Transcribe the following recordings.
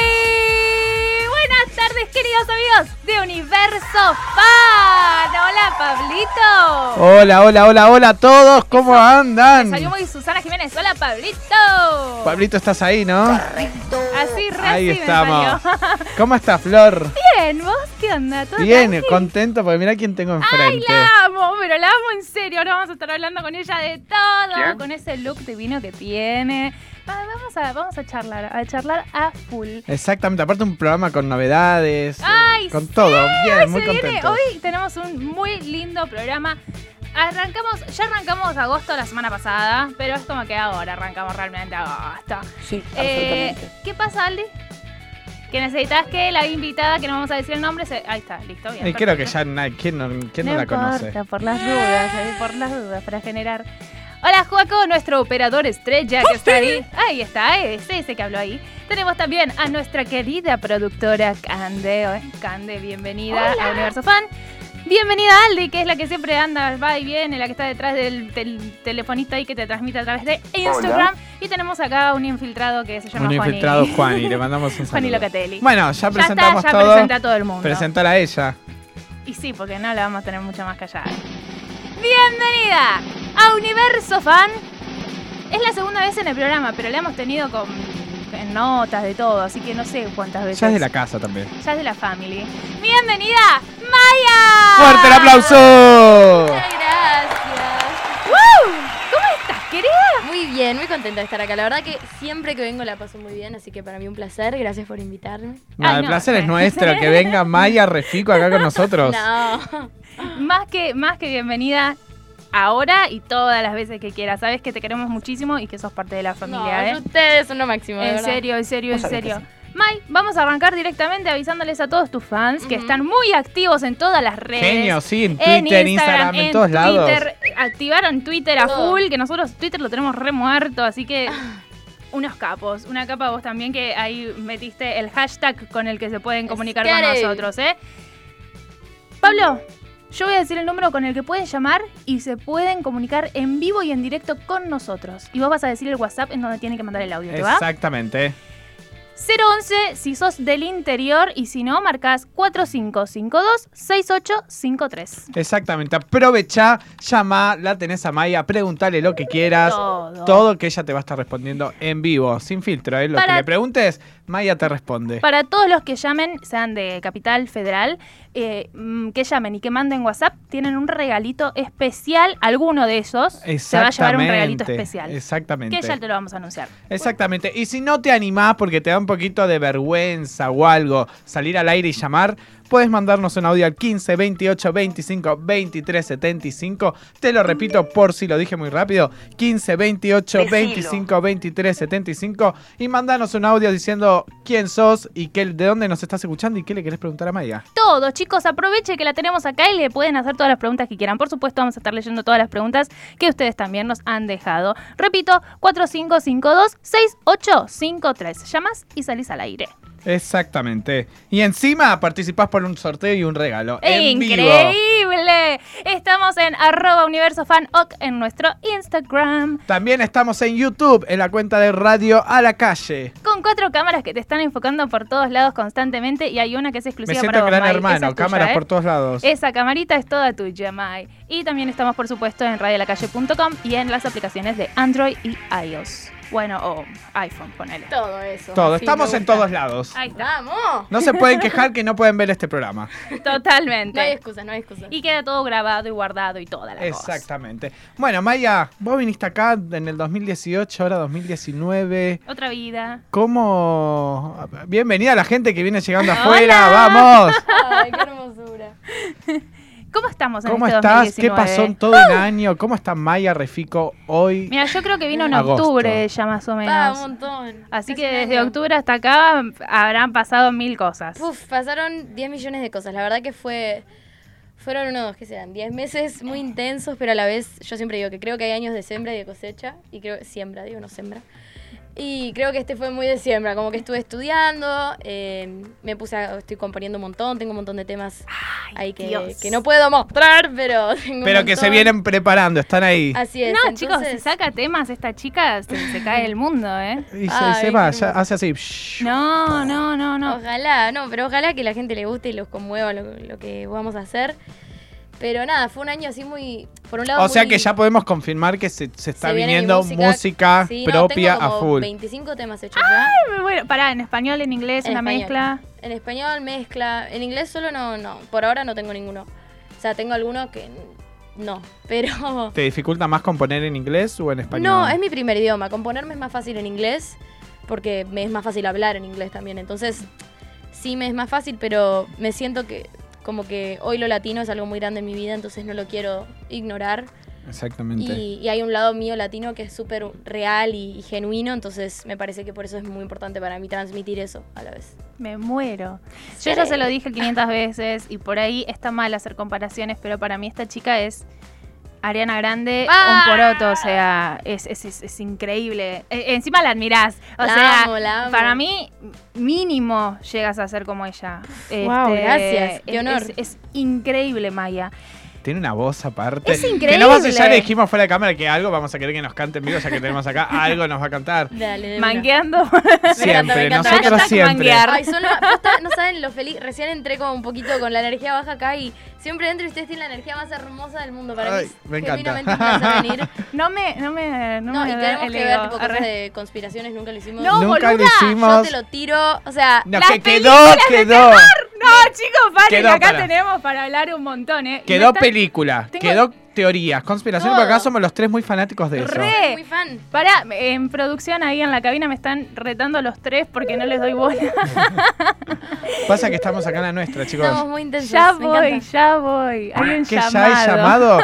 Muy buenas tardes, queridos amigos de Universo Fan. Hola, Pablito. Hola, hola, hola, hola a todos, ¿cómo Me Salió andan? muy Susana Jiménez. Hola, Pablito. Pablito, estás ahí, ¿no? Así recién Ahí estamos. Me salió. ¿Cómo está Flor? Bien, ¿vos qué onda? ¿Todo Bien, tranqui? contento porque mirá quién tengo Ay, enfrente. la amo, pero la amo en serio. Ahora vamos a estar hablando con ella de todo, ¿Quién? con ese look divino que tiene. Va- Vamos a, vamos a charlar, a charlar a full. Exactamente, aparte un programa con novedades, eh, Ay, con sí, todo. Bien, muy Se viene- contento. hoy tenemos un muy lindo programa. Arrancamos, ya arrancamos agosto la semana pasada, pero es como que ahora arrancamos realmente agosto. Sí, Eh, absolutamente. ¿Qué pasa, Aldi? Que necesitas que la invitada, que no vamos a decir el nombre, se- ahí está, listo, bien. Y Eh, creo que perfecto. ya nadie, ¿quién no, quién no la conoce? importa, por las dudas, eh, por las dudas, para generar. Hola, Juaco, nuestro operador estrella que está ahí. ¡Ah, Ahí está, es ese que habló ahí. Tenemos también a nuestra querida productora Cande. eh. Cande, bienvenida a Universo Fan. Bienvenida Aldi, que es la que siempre anda, va y viene, la que está detrás del tel- telefonista ahí que te transmite a través de Instagram. Y tenemos acá un infiltrado que se llama Un Juani. infiltrado Juan y le mandamos un Juani saludo. Locatelli. Bueno, ya ya está, presentamos ya todo. presenta a todo el mundo. Presentar a ella. Y sí, porque no la vamos a tener mucho más callada. Bienvenida a Universo Fan. Es la segunda vez en el programa, pero la hemos tenido con en notas de todo, así que no sé cuántas veces. Ya es de la casa también. Ya es de la family. Bienvenida, Maya. ¡Fuerte el aplauso! Muchas gracias. ¡Woo! ¿Cómo estás, querida? Muy bien, muy contenta de estar acá. La verdad que siempre que vengo la paso muy bien, así que para mí un placer. Gracias por invitarme. No, Ay, el no. placer es nuestro, que venga Maya Refico acá con nosotros. No. Más que más que bienvenida ahora y todas las veces que quieras. Sabes que te queremos muchísimo y que sos parte de la familia, ¿eh? no, ustedes son lo máximo. de En verdad. serio, en serio, en Vos sabés que serio. Mai, vamos a arrancar directamente avisándoles a todos tus fans que Ujú. están muy activos en todas las redes. Genio, sí, en En Twitter, en Instagram, en, todos lados. Twitter, activaron Twitter a Todo. Ah. full, que nosotros Twitter lo tenemos re muerto, así que unos capos. Una capa vos también que ahí metiste el hashtag con el que se pueden comunicar con Scary. nosotros, ¿eh? Pablo, yo voy a decir el número con el que pueden llamar y se pueden comunicar en vivo y en directo con nosotros. Y vos vas a decir el WhatsApp en donde tienen que mandar el audio, ¿te va? Exactamente. 011 si sos del interior y si no, marcas 4552-6853. Exactamente. Aprovechá, llama, la tenés a Maya, pregúntale lo que quieras. Todo. Todo. que ella te va a estar respondiendo en vivo, sin filtro. ¿eh? Lo Para- que le preguntes, Maya te responde. Para todos los que llamen, sean de Capital Federal, eh, mm, que llamen y que manden WhatsApp, tienen un regalito especial. Alguno de esos se va a llevar un regalito especial. Exactamente. Que ya te lo vamos a anunciar. Exactamente. Y si no te animás porque te da un poquito de vergüenza o algo salir al aire y llamar, puedes mandarnos un audio al 15 28 25 23 75. Te lo repito por si lo dije muy rápido: 15 28 25 23 75. Y mandanos un audio diciendo quién sos y qué, de dónde nos estás escuchando y qué le querés preguntar a Maya. Todo, chicos, aprovechen que la tenemos acá y le pueden hacer todas las preguntas que quieran. Por supuesto, vamos a estar leyendo todas las preguntas que ustedes también nos han dejado. Repito, 4552-6853. Llamas y salís al aire. Exactamente. Y encima participás por un sorteo y un regalo. En vivo. ¡Increíble! Estamos en arroba universo fan ok en nuestro Instagram. También estamos en YouTube, en la cuenta de Radio a la Calle. Con cuatro cámaras que te están enfocando por todos lados constantemente y hay una que es Me exclusiva siento para vos, gran Mai. Esa es hermano, tuya, cámaras ¿eh? por todos lados. Esa camarita es toda tuya, Mai. Y también estamos, por supuesto, en radiolacalle.com y en las aplicaciones de Android y iOS. Bueno, o iPhone, ponele. Todo eso. Todo, Sí, estamos me en gusta. todos lados. Ahí está, ¡Vamos! No se pueden quejar que no pueden ver este programa. No hay totalmente. excusa, no hay excusa. Y queda todo grabado y guardado y toda la cosa. Exactamente. Bueno, Maya, vos viniste acá en el 2018, ahora 2019. Otra vida. ¿Cómo? Bienvenida a la gente que viene llegando afuera, vamos. Ay, qué hermosura. ¿Cómo estamos en ¿Cómo este estás? ¿Qué 2019? pasó en todo el año? ¿Cómo está Maya Refico hoy? Mira, yo creo que vino en Agosto. octubre ya más o Pa, un menos. montón. Así Casi que un desde año. octubre hasta acá habrán pasado mil cosas. Uf, pasaron 10 millones de cosas. La verdad que fue. Fueron unos, que serán? 10 meses muy intensos, pero a la vez yo siempre digo que creo que hay años de sembra y de cosecha. Y creo. Siembra, digo, no sembra. Y creo que este fue muy de siembra, como que estuve estudiando, eh, me puse, a- estoy componiendo un montón, tengo un montón de temas ahí que, Dios. que no puedo mostrar, pero tengo un Pero que se montón. vienen preparando, están ahí. Así es. No, entonces- chicos, si saca temas esta chica, se, se cae el mundo, ¿eh? Y se, Ay, se va, qué ya hermoso. hace así. shh. No, no, no, no. Ojalá, no, pero ojalá que la gente le guste y los conmueva lo, lo que vamos a hacer. Pero nada, fue un año así muy. Por un lado, O sea muy- que ya podemos confirmar que se, se está se viene mi viniendo música, Sí, no, propia tengo a como full. Ah. 25 temas hechos ya. Bueno, pará, en español, en inglés, En una español. mezcla. En español, mezcla. En inglés solo no, no. Por ahora no tengo ninguno. O sea, tengo alguno que. n- No, pero. ¿Te dificulta más componer en inglés o en español? No, es mi primer idioma. Componerme es más fácil en inglés porque me es más fácil hablar en inglés también. Entonces, sí me es más fácil, pero me siento que como que hoy lo latino es algo muy grande en mi vida, entonces no lo quiero ignorar. Exactamente. Y, y hay un lado mío latino que es súper real y, y genuino, entonces me parece que por eso es muy importante para mí transmitir eso a la vez. Me muero. Yo ya se lo dije 500 veces y por ahí está mal hacer comparaciones, pero para mí esta chica es Ariana Grande, ¡Ah! un poroto, o sea, es, es- es- es increíble. E- encima la admirás, o La sea, amo, la amo. para mí mínimo llegas a ser como ella. Este, Guau, gracias, qué es- honor. Es, es increíble, Maya. Tiene una voz aparte. Es Que no va a ser- increíble. ya le dijimos fuera de cámara que algo vamos a querer que nos cante en vivo, ya que tenemos acá, algo nos va a cantar. Dale, de una. Manqueando. Siempre, me encanta. nosotros Hashtag siempre. manguear. Ay, son una- posta, no saben lo feliz. Recién entré como un poquito con la energía baja acá y siempre entro y ustedes tienen la energía más hermosa del mundo. Para Ay, mí, es me encanta. genuinamente un placer venir. No me, no me, no, No, me y da tenemos el que ver ego. tipo, cosas Arre. de conspiraciones, nunca lo hicimos. No, boluda, Nunca lo yo te yo hicimos. te lo tiro, o sea, No, Las que quedó, quedó. No, chicos, paren, Quedó acá para- tenemos para hablar un montón, ¿eh? Y me Quedó están- película, Tengo- quedó teorías, conspiración, porque acá Todo. somos los tres muy fanáticos de eso. Re. soy muy fan. Pará, en producción ahí en la cabina me están retando los tres porque no les doy bola. Pasa que estamos acá en la nuestra, chicos. Estamos muy intensos. ya me voy, encanta. ya voy. Hay un ¿Qué llamado. Ah, ya hay llamado?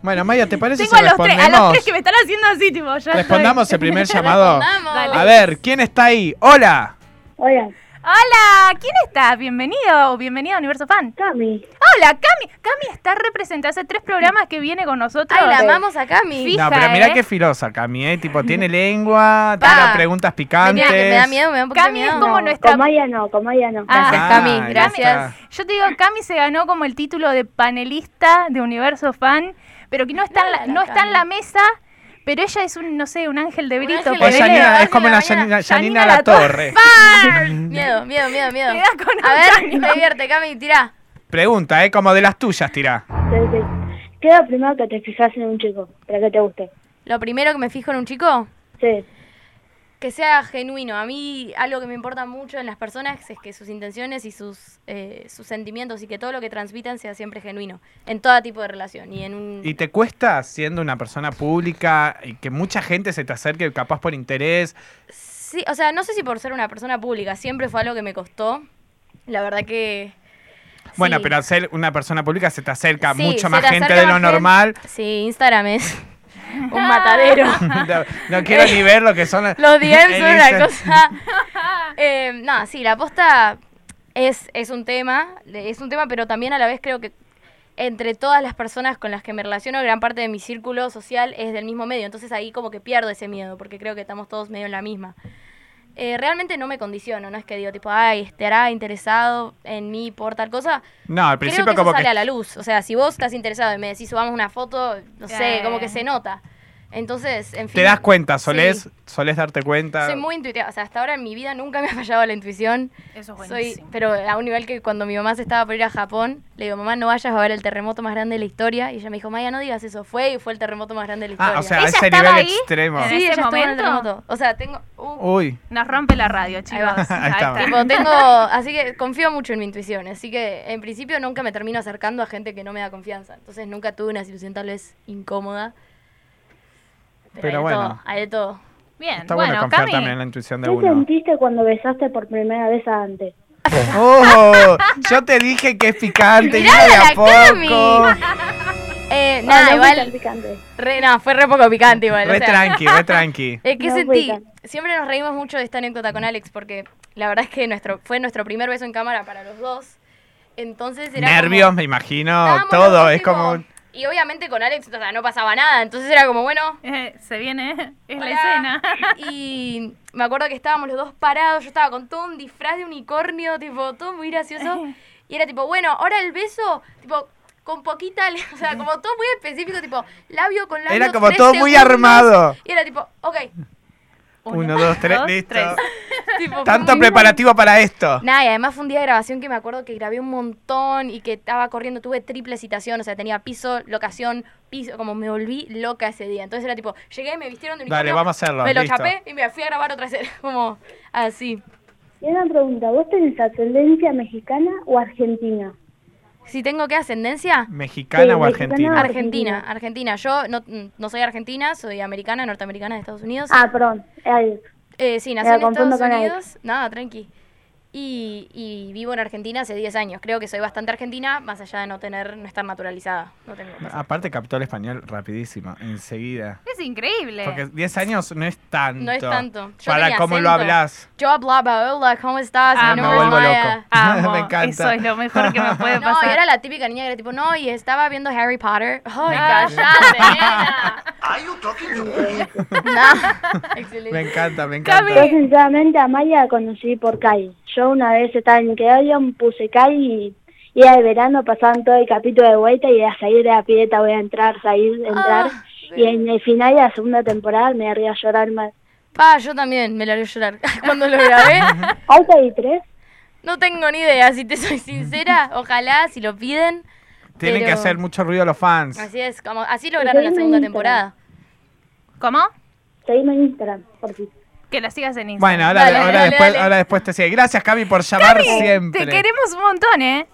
Bueno, Maya, ¿te parece Tengo si a los, tres, a los respondemos? tres que me están haciendo así, tipo, ya Respondamos estoy. el primer llamado. Respondamos. Dale. A ver, ¿quién está ahí? Hola. Hola, Hola, ¿quién está? Bienvenido o bienvenido a Universo Fan. Cami. Hola, Cami. Cami está representada hace tres programas que viene con nosotros. Ay, la amamos a Cami. Sí. No, Fija, pero mirá ¿eh? qué filosa, Cami, ¿eh? Tipo, tiene lengua, tira preguntas Me, picantes. mira, que me da miedo, me da un poquito de Cami es miedo. como No, nuestra- Con Maya no, con Maya no. Ah, Gracias, Ah, Cami, ahí gracias. está. Yo te digo, Cami se ganó como el título de panelista de Universo Fan, pero que no está, en, la, Hola, no está en Cami. la mesa, pero ella es un, no sé, un ángel de brito. ángel de Es, ponele. brito. Janina- Hola, es como hola, la Janina. Janina, Janina Janina La La Torre. Torre. Miedo, miedo, miedo, miedo. Te das con A ver, Antonio. me divierte, Cami, tirá. Pregunta, ¿eh? Como de las tuyas, tirá. Entonces, ¿qué es lo primero que te fijas en un chico para que te guste? Lo primero que me fijo en un chico, Sí. que sea genuino. A mí algo que me importa mucho en las personas es que sus intenciones y sus, eh, sus sentimientos y que todo lo que transmitan sea siempre genuino. En todo tipo de relación y en un... ¿Y te cuesta siendo una persona pública y que mucha gente se te acerque capaz por interés? Sí, o sea, no sé si por ser una persona pública, siempre fue algo que me costó. La verdad que... Bueno, sí. pero al ser una persona pública se te acerca Sí, mucho se más te gente acerca de lo más gente. normal. Sí, Instagram es un matadero. no, no quiero ni ver lo que son las- Los DMs el son una Insta- cosa. Eh, no, sí, la posta es, es un tema, es un tema, pero también a la vez creo que entre todas las personas con las que me relaciono, gran parte de mi círculo social es del mismo medio. Entonces ahí como que pierdo ese miedo, porque creo que estamos todos medio en la misma. Eh, realmente no me condiciono, no es que digo tipo, ay, estará interesado en mí por tal cosa. No, al Creo principio que eso como sale que a la luz. O sea, si vos estás interesado y me decís, subamos una foto, no sé, Eh. como que se nota. Entonces, en fin. te das cuenta, solés, Sí. solés darte cuenta. Soy muy intuitiva. O sea, hasta ahora en mi vida nunca me ha fallado la intuición. Eso es Soy, buenísimo. pero a un nivel que cuando mi mamá se estaba por ir a Japón, le digo, mamá, no vayas a ver el terremoto más grande de la historia. Y ella me dijo, Maya, no digas eso. Fue y fue el terremoto más grande de la historia. ah, o sea, a ¿Ella ese estaba nivel ahí? extremo. ¿En sí, ese ella estuvo en el momento? terremoto. O sea, tengo. uh, Uy, Nos rompe la radio, chicos. va. Ahí está. tipo, tengo. Así que confío mucho en mi intuición. Así que en principio nunca me termino acercando a gente que no me da confianza. Entonces nunca tuve una situación tal vez incómoda. Pero, Pero hay de bueno. todo, hay de todo. Bien, está bueno, bueno, confiar Cami. también en la intuición de ¿Qué uno. sentiste cuando besaste por primera vez a Dante? ¡Oh! Yo te dije que es picante, Mirá mira de a la Cami. poco. Eh, Ah, nada, no, igual. muy picante. Re, no, fue re poco picante igual. o Re sea, tranqui, re tranqui. eh, ¿Qué No, sentí? fue Siempre nos reímos mucho de esta anécdota con Alex porque la verdad es que nuestro fue nuestro primer beso en cámara para los dos. Entonces era como- Nervios, me imagino, estábamos los todo. dos Es tipo, como. Y obviamente con Alex o sea, no pasaba nada, entonces era como, bueno, Eh, se viene, eh, es la Hola. escena. Y me acuerdo que estábamos los dos parados, yo estaba con todo un disfraz de unicornio, tipo, todo muy gracioso. Y era tipo, bueno, ahora el beso, tipo, con poquita, le- o sea, como todo muy específico, tipo, labio con labio. Era como tres todo muy segundos. armado. Y era tipo, ok, Uno, dos, tres, listo. tipo, fue Tanto muy bueno. preparativo para esto. Nada, y además fue un día de grabación que me acuerdo que grabé un montón y que estaba corriendo, tuve triple citación, o sea, tenía piso, locación, piso, como me volví loca ese día. Entonces era tipo, llegué, me vistieron de unicornio. Dale, vamos a hacerlo, Me lo listo. chapé y me fui a grabar otra escena, como así. Y una pregunta, ¿vos tenés ascendencia mexicana o argentina? Si tengo que ascendencia, ¿Mexicana Sí, o mexicana. argentina? Arge- Argentina, Argentina. Yo no, mm, no soy argentina, soy americana, norteamericana de Estados Unidos. Ah, perdón, Alex. Eh, sí, nací Me en confundo Estados con Alex. Unidos. Nada, tranqui. Y, y vivo en Argentina hace 10 años. Creo que soy bastante argentina, más allá de no tener, no estar naturalizada. No tengo Aparte captó el español rapidísimo, enseguida. Es increíble. Porque 10 años no es tanto. No es tanto. Yo para tenía cómo lo acento. hablas. Yo hablaba, hola, ¿cómo estás? Ah, Mi me nombre es vuelvo Maya". loco. Amo, Me encanta. Eso es lo mejor que me puede No, pasar. y era la típica niña que era tipo, no, y estaba viendo Harry Potter. Oh ¡Ay, Ah. cállate, nena! Are you talking to me? No. Excelente. Me encanta, me encanta. Yo sinceramente a Maya la conocí por Kai. Yo una vez estaba en Nickelodeon, puse Kai y, y era de verano, pasaban todo el capítulo de vuelta y a salir de la pileta voy a entrar, salir, entrar. Ah, y en el final de la segunda temporada me haría llorar más. Pa, yo también me la haré llorar cuando lo grabé. ¿Alta y tres? No tengo ni idea, si te soy sincera. Ojalá, si lo piden. Tienen que pero- hacer mucho ruido los fans. Así es, como así lograron la Seguime en segunda Instagram. temporada. ¿Cómo? Seguime en Instagram, por si. Que la sigas en Instagram. Bueno, ahora, Dale, ahora dale, después, dale. ahora después te sigue. Gracias, Cami, por llamar siempre. Te queremos un montón, ¿eh?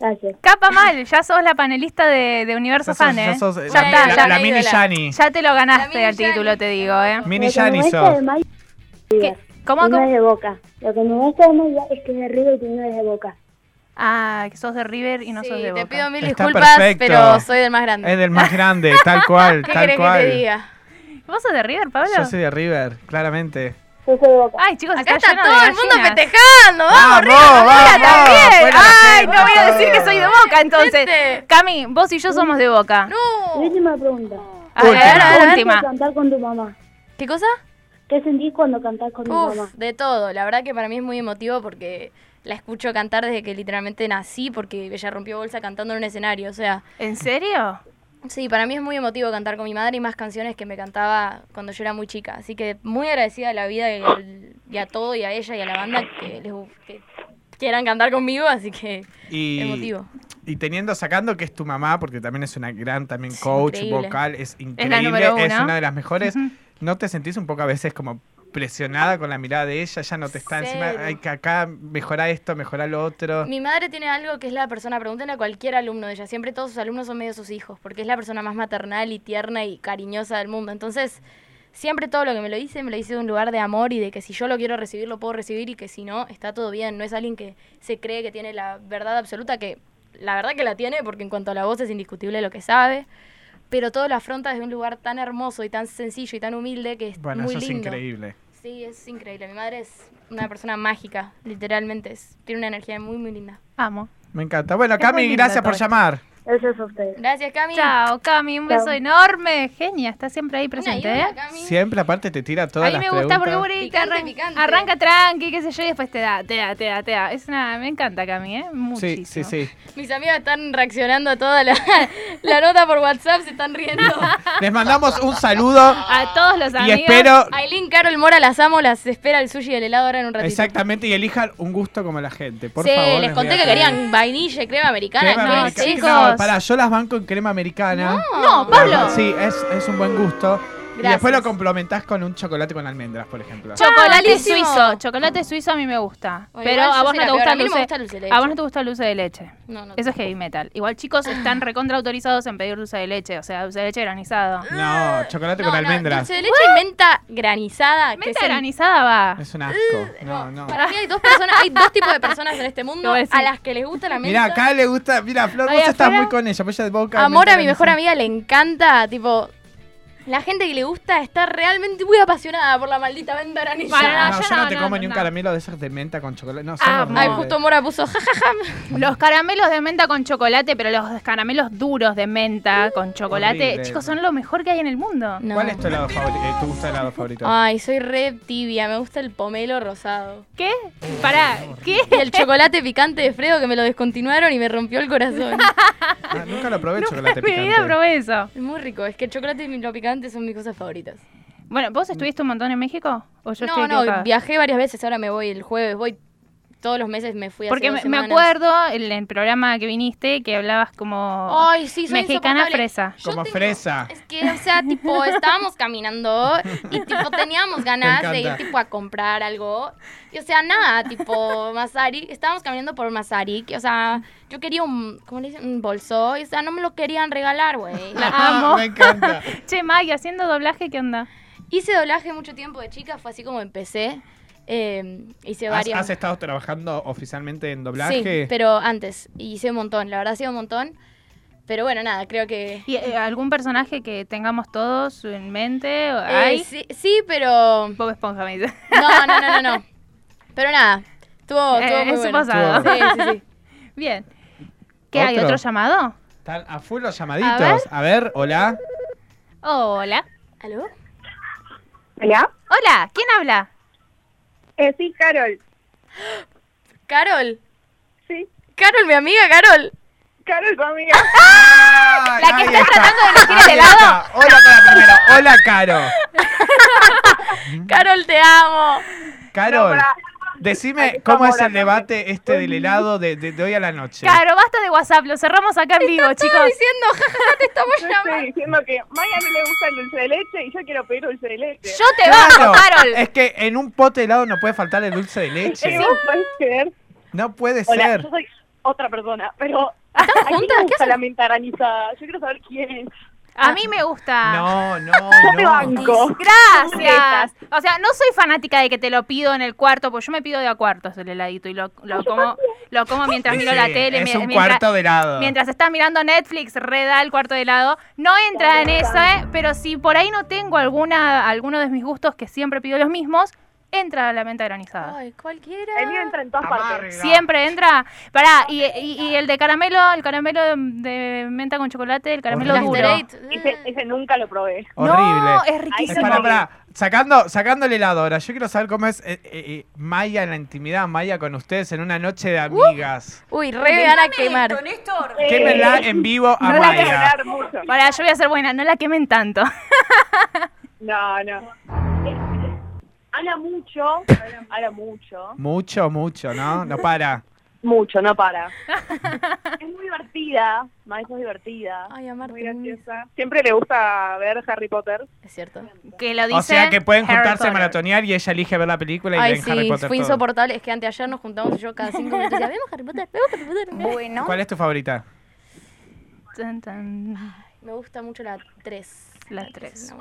Gracias. Capa mal, ya sos la panelista de, de Universo Ya sos- Fan, ya ¿eh? sos- ya, la, está, la- ya, la me mini ídola. Yani. ya te lo ganaste La al mini título, Yani. te digo, ¿eh? Mini Lo que me Yani gusta sos. de Maya ¿Qué? ¿Cómo? y no es cómo? de boca. Lo que me gusta de Maya es que es de River y no es de boca. Ah, que sos de River y no Sí, sos de te Boca. pido mil Está disculpas, perfecto. pero soy del más grande. Es del más grande, tal cual, ¿Qué tal querés cual. que te diga? ¿Vos sos de River, Pablo? Yo soy de River, claramente. Yo soy de boca. Ay, chicos, Acá está, está lleno todo de el mundo gallinas. festejando. Ah, ¡Vamos, ¡Oh, River! Mira, también. fuera la Ay, gente, no voy a decir todo. que soy de Boca, entonces. Vete. Cami, vos y yo somos de Boca. Uh, ¡No! Última pregunta. A ver, Última. a ver, ¿Qué Ah, última. sentís cantar con tu mamá? ¿Qué cosa? ¿Qué sentís cuando cantás con tu mamá? Uf, de todo. La verdad que para mí es muy emotivo porque la escucho cantar desde que literalmente nací porque ella rompió bolsa cantando en un escenario. O sea, ¿En serio? Sí, para mí es muy emotivo cantar con mi madre y más canciones que me cantaba cuando yo era muy chica. Así que muy agradecida a la vida y, al- y a todo y a ella y a la banda que, les, gu- que quieran cantar conmigo, así que Y, emotivo. y teniendo, sacando que es tu mamá, porque también es una gran también coach increíble. vocal, es la increíble, número es uno. una de las mejores. ¿No te sentís un poco a veces como presionada con la mirada de ella? Ya no te está Cero. encima, hay que acá mejora esto, mejora lo otro. Mi madre tiene algo que es la persona, pregúntenle a cualquier alumno de ella, siempre todos sus alumnos son medio sus hijos, porque es la persona más maternal y tierna y cariñosa del mundo. Entonces, siempre todo lo que me lo dice, me lo dice de un lugar de amor y de que si yo lo quiero recibir, lo puedo recibir y que si no, está todo bien. No es alguien que se cree que tiene la verdad absoluta, que la verdad que la tiene, porque en cuanto a la voz es indiscutible lo que sabe, pero todo lo afronta desde un lugar tan hermoso y tan sencillo y tan humilde que es bueno, muy eso es lindo. increíble. Sí, es increíble. Mi madre es una persona mágica, literalmente. es- tiene una energía muy, muy linda. Amo. Me encanta. Bueno, Es muy Cami, lindo gracias por todo esto. llamar. Gracias a ustedes. Gracias, Cami. Chao, Cami, un beso Chao. enorme. Genia, está siempre ahí Una presente, ídola, ¿eh? Cami. Siempre aparte te tira todas a mí las me gusta porque preguntas. por ahí te Picante, arran- picante. arranca tranqui, qué sé yo, y después te da, te da, te da, te da. Es una, me encanta Cami, ¿eh? Muchísimo. Sí, sí, sí. Mis amigas están reaccionando a toda la, la nota por WhatsApp, se están riendo. Les mandamos un saludo A todos los y amigos. espero Aileen, Carol, Mora, las amo, las espera el sushi y el helado ahora en un ratito. exactamente y elijan un gusto como la gente, por sí, favor. voy les conté a que pedir. querían vainilla y crema americana. Crema ¿qué, No, americana. chicos. No, pará, yo las banco en crema americana. Ah, No, Pablo. Sí, es, es un buen gusto. Y Gracias. después lo complementás con un chocolate con almendras, por ejemplo. Chocolate Buenísimo. suizo. Chocolate suizo a mí me gusta. Bueno, pero igual yo a vos soy no la te peor, gusta a mí no el me dulce. gusta el dulce de A vos leche. no te gusta el dulce de leche. No, no. Eso es heavy metal. Igual chicos están recontrautorizados en pedir dulce de leche, o sea, dulce de leche granizado. No, chocolate No, con no, almendras. dulce de leche y menta granizada. que Menta es el- granizada va. Es un Uh, asco. No, no. Para mí hay dos personas, hay dos tipos de personas en este mundo Lo voy a decir. a las que les gusta la menta. Mira, acá le gusta. Mira, Flor, Ahí vos estás afuera. muy con ella. Pues ella de boca. Amor a menta mi mejor granizada. amiga le encanta, tipo, La gente que le gusta está realmente muy apasionada por la maldita venta aranilla. Para- Ah, no, yo yo no, no, te no, como no, ni un no. caramelo de esos de menta con chocolate. No, son Ah, horribles. Ay, justo Mora puso jajaja. Los caramelos de menta con chocolate, pero los caramelos duros de menta con chocolate, Horrible. chicos, son lo mejor que hay en el mundo. No. Ah. ¿Cuál es tu helado favorito? eh, ¿Tu gusto de helado favorito? Ay, soy re tibia, me gusta el pomelo rosado. ¿Qué? Pará, ¿qué? Y el chocolate picante de Fredo que me lo descontinuaron y me rompió el corazón. Ah, nunca lo probé el chocolate En mi vida picante. probé eso. Es muy rico, es que el chocolate y lo picante son mis cosas favoritas. Bueno, ¿vos estuviste un montón en México? ¿O yo estoy no, no, equivocada? viajé varias veces, ahora me voy el jueves, voy todos los meses me fui hace Porque dos me, me semanas. acuerdo en el programa que viniste que hablabas como Ay, sí, soy mexicana insoportable. fresa. Yo Como tengo- fresa. Es que, o sea, tipo, estábamos caminando y, tipo, teníamos ganas de ir, encanta. tipo, a comprar algo. Y, o sea, nada, tipo, Masari, estábamos caminando por Masari, que, o sea, yo quería un, ¿cómo le dicen? Un bolso, y, o sea, no me lo querían regalar, güey. La amo. Me encanta. Che, Maggie, haciendo doblaje, ¿qué onda? Hice doblaje mucho tiempo de chica, fue así como empecé. eh, hice ¿Has, varias. has estado trabajando oficialmente en doblaje? sí, pero antes, y hice un montón, la verdad, hice un montón. Pero bueno, nada, creo que... ¿Y eh, algún personaje que tengamos todos en mente? eh, ¿Hay? sí, sí, pero... Bob Esponja me dice. No, no, no, no, no. Pero nada, tuvo, Eh, tuvo muy eso bueno. pasado. Sí, sí, sí. Bien. ¿Qué hay? ¿Otro? ¿Otro llamado? Están a full los llamaditos. A ver, hola. Hola. ¿Aló? Hola. Hola, ¿quién habla? Eh, sí, Carol. Carol. Sí. Carol, mi amiga Carol. Carol, tu amiga. Ah, ¡Ah! la que está tratando de elegir el elegir helado. Hola para primero. Hola, Caro. Carol, te amo. Carol, pará. Ahí decime está cómo es el Mora debate este del helado de, de- de hoy a la noche. Claro, basta de WhatsApp, lo cerramos acá en vivo, Estaba chicos. diciendo, jajaja, te estamos Yo llamando. estoy diciendo que Maya no le gusta el dulce de leche y yo quiero pedir dulce de leche. Yo te Claro, banco, Carol. Es que en un pote de helado no puede faltar el dulce de leche. Eh, ¿vos podés creer? No puede Hola, ser. yo soy otra persona, pero... ¿A quién juntas? le ¿Qué gusta hacen? la menta granizada? Yo quiero saber quién es. A mí me gusta. No, no, Yo te no. banco. Gracias. O sea, no soy fanática de que te lo pido en el cuarto, porque yo me pido de a cuartos el heladito y lo, lo como lo como mientras miro Sí, la tele, es mie- un mientras, cuarto de helado. mientras estás mirando Netflix, reda el cuarto de helado. No entra en eso, ¿eh? pero si por ahí no tengo alguna alguno de mis gustos que siempre pido los mismos, entra la menta granizada. Ay, cualquiera. El mío entra en todas Amarre. partes. Siempre entra. Pará, y, y- y el de caramelo, el caramelo de, de menta con chocolate, el caramelo El Horrible. duro. After Ese, Eight. ese nunca lo probé. Horrible. No, es Ahí se riquísimo. Pará, no. pará. Sacando, sacando el helado ahora, yo quiero saber cómo es eh, eh, eh, Maya en la intimidad, Maya con ustedes en una noche de amigas. Uy, re me van a quemar. Quémela en vivo a Eh. No la voy a Maya. ganar mucho. Pará, yo voy a ser buena, no la quemen tanto. No, no. Habla mucho, habla- habla mucho. Mucho, mucho, ¿no? No para. Mucho, no para. es muy divertida, maestra es divertida. Ay, amarte Muy muy. graciosa. Siempre le gusta ver Harry Potter. Es cierto. Que lo dice O sea que pueden Harry juntarse a Potter. maratonear y ella elige ver la película y Ay, ven Harry sí, Potter. fue todo. insoportable. Es que anteayer nos juntamos y yo cada cinco minutos decía, vemos Harry Potter, vemos Harry Potter. Bueno. ¿Cuál es tu favorita? Tan, tan, Me gusta mucho la 3. La tres.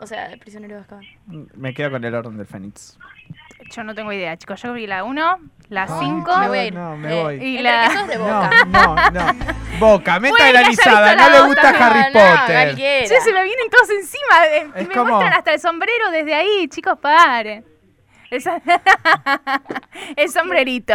O sea, el prisionero de Azkaban. Me quedo con el orden del Fénix. Yo no tengo idea, chicos. Yo vi la 1, la Ah, 5 Me voy a ir. No, me voy. y Y la- la... sos de Eh, No, boca. no, no. Boca, Puede meta que haya granizada, visto la no le otra, gusta No, Harry no, Potter. cualquiera. Che, se me vienen todos encima. eh, Es me como- muestran hasta el sombrero desde ahí, chicos, paren. Esa- el sombrerito.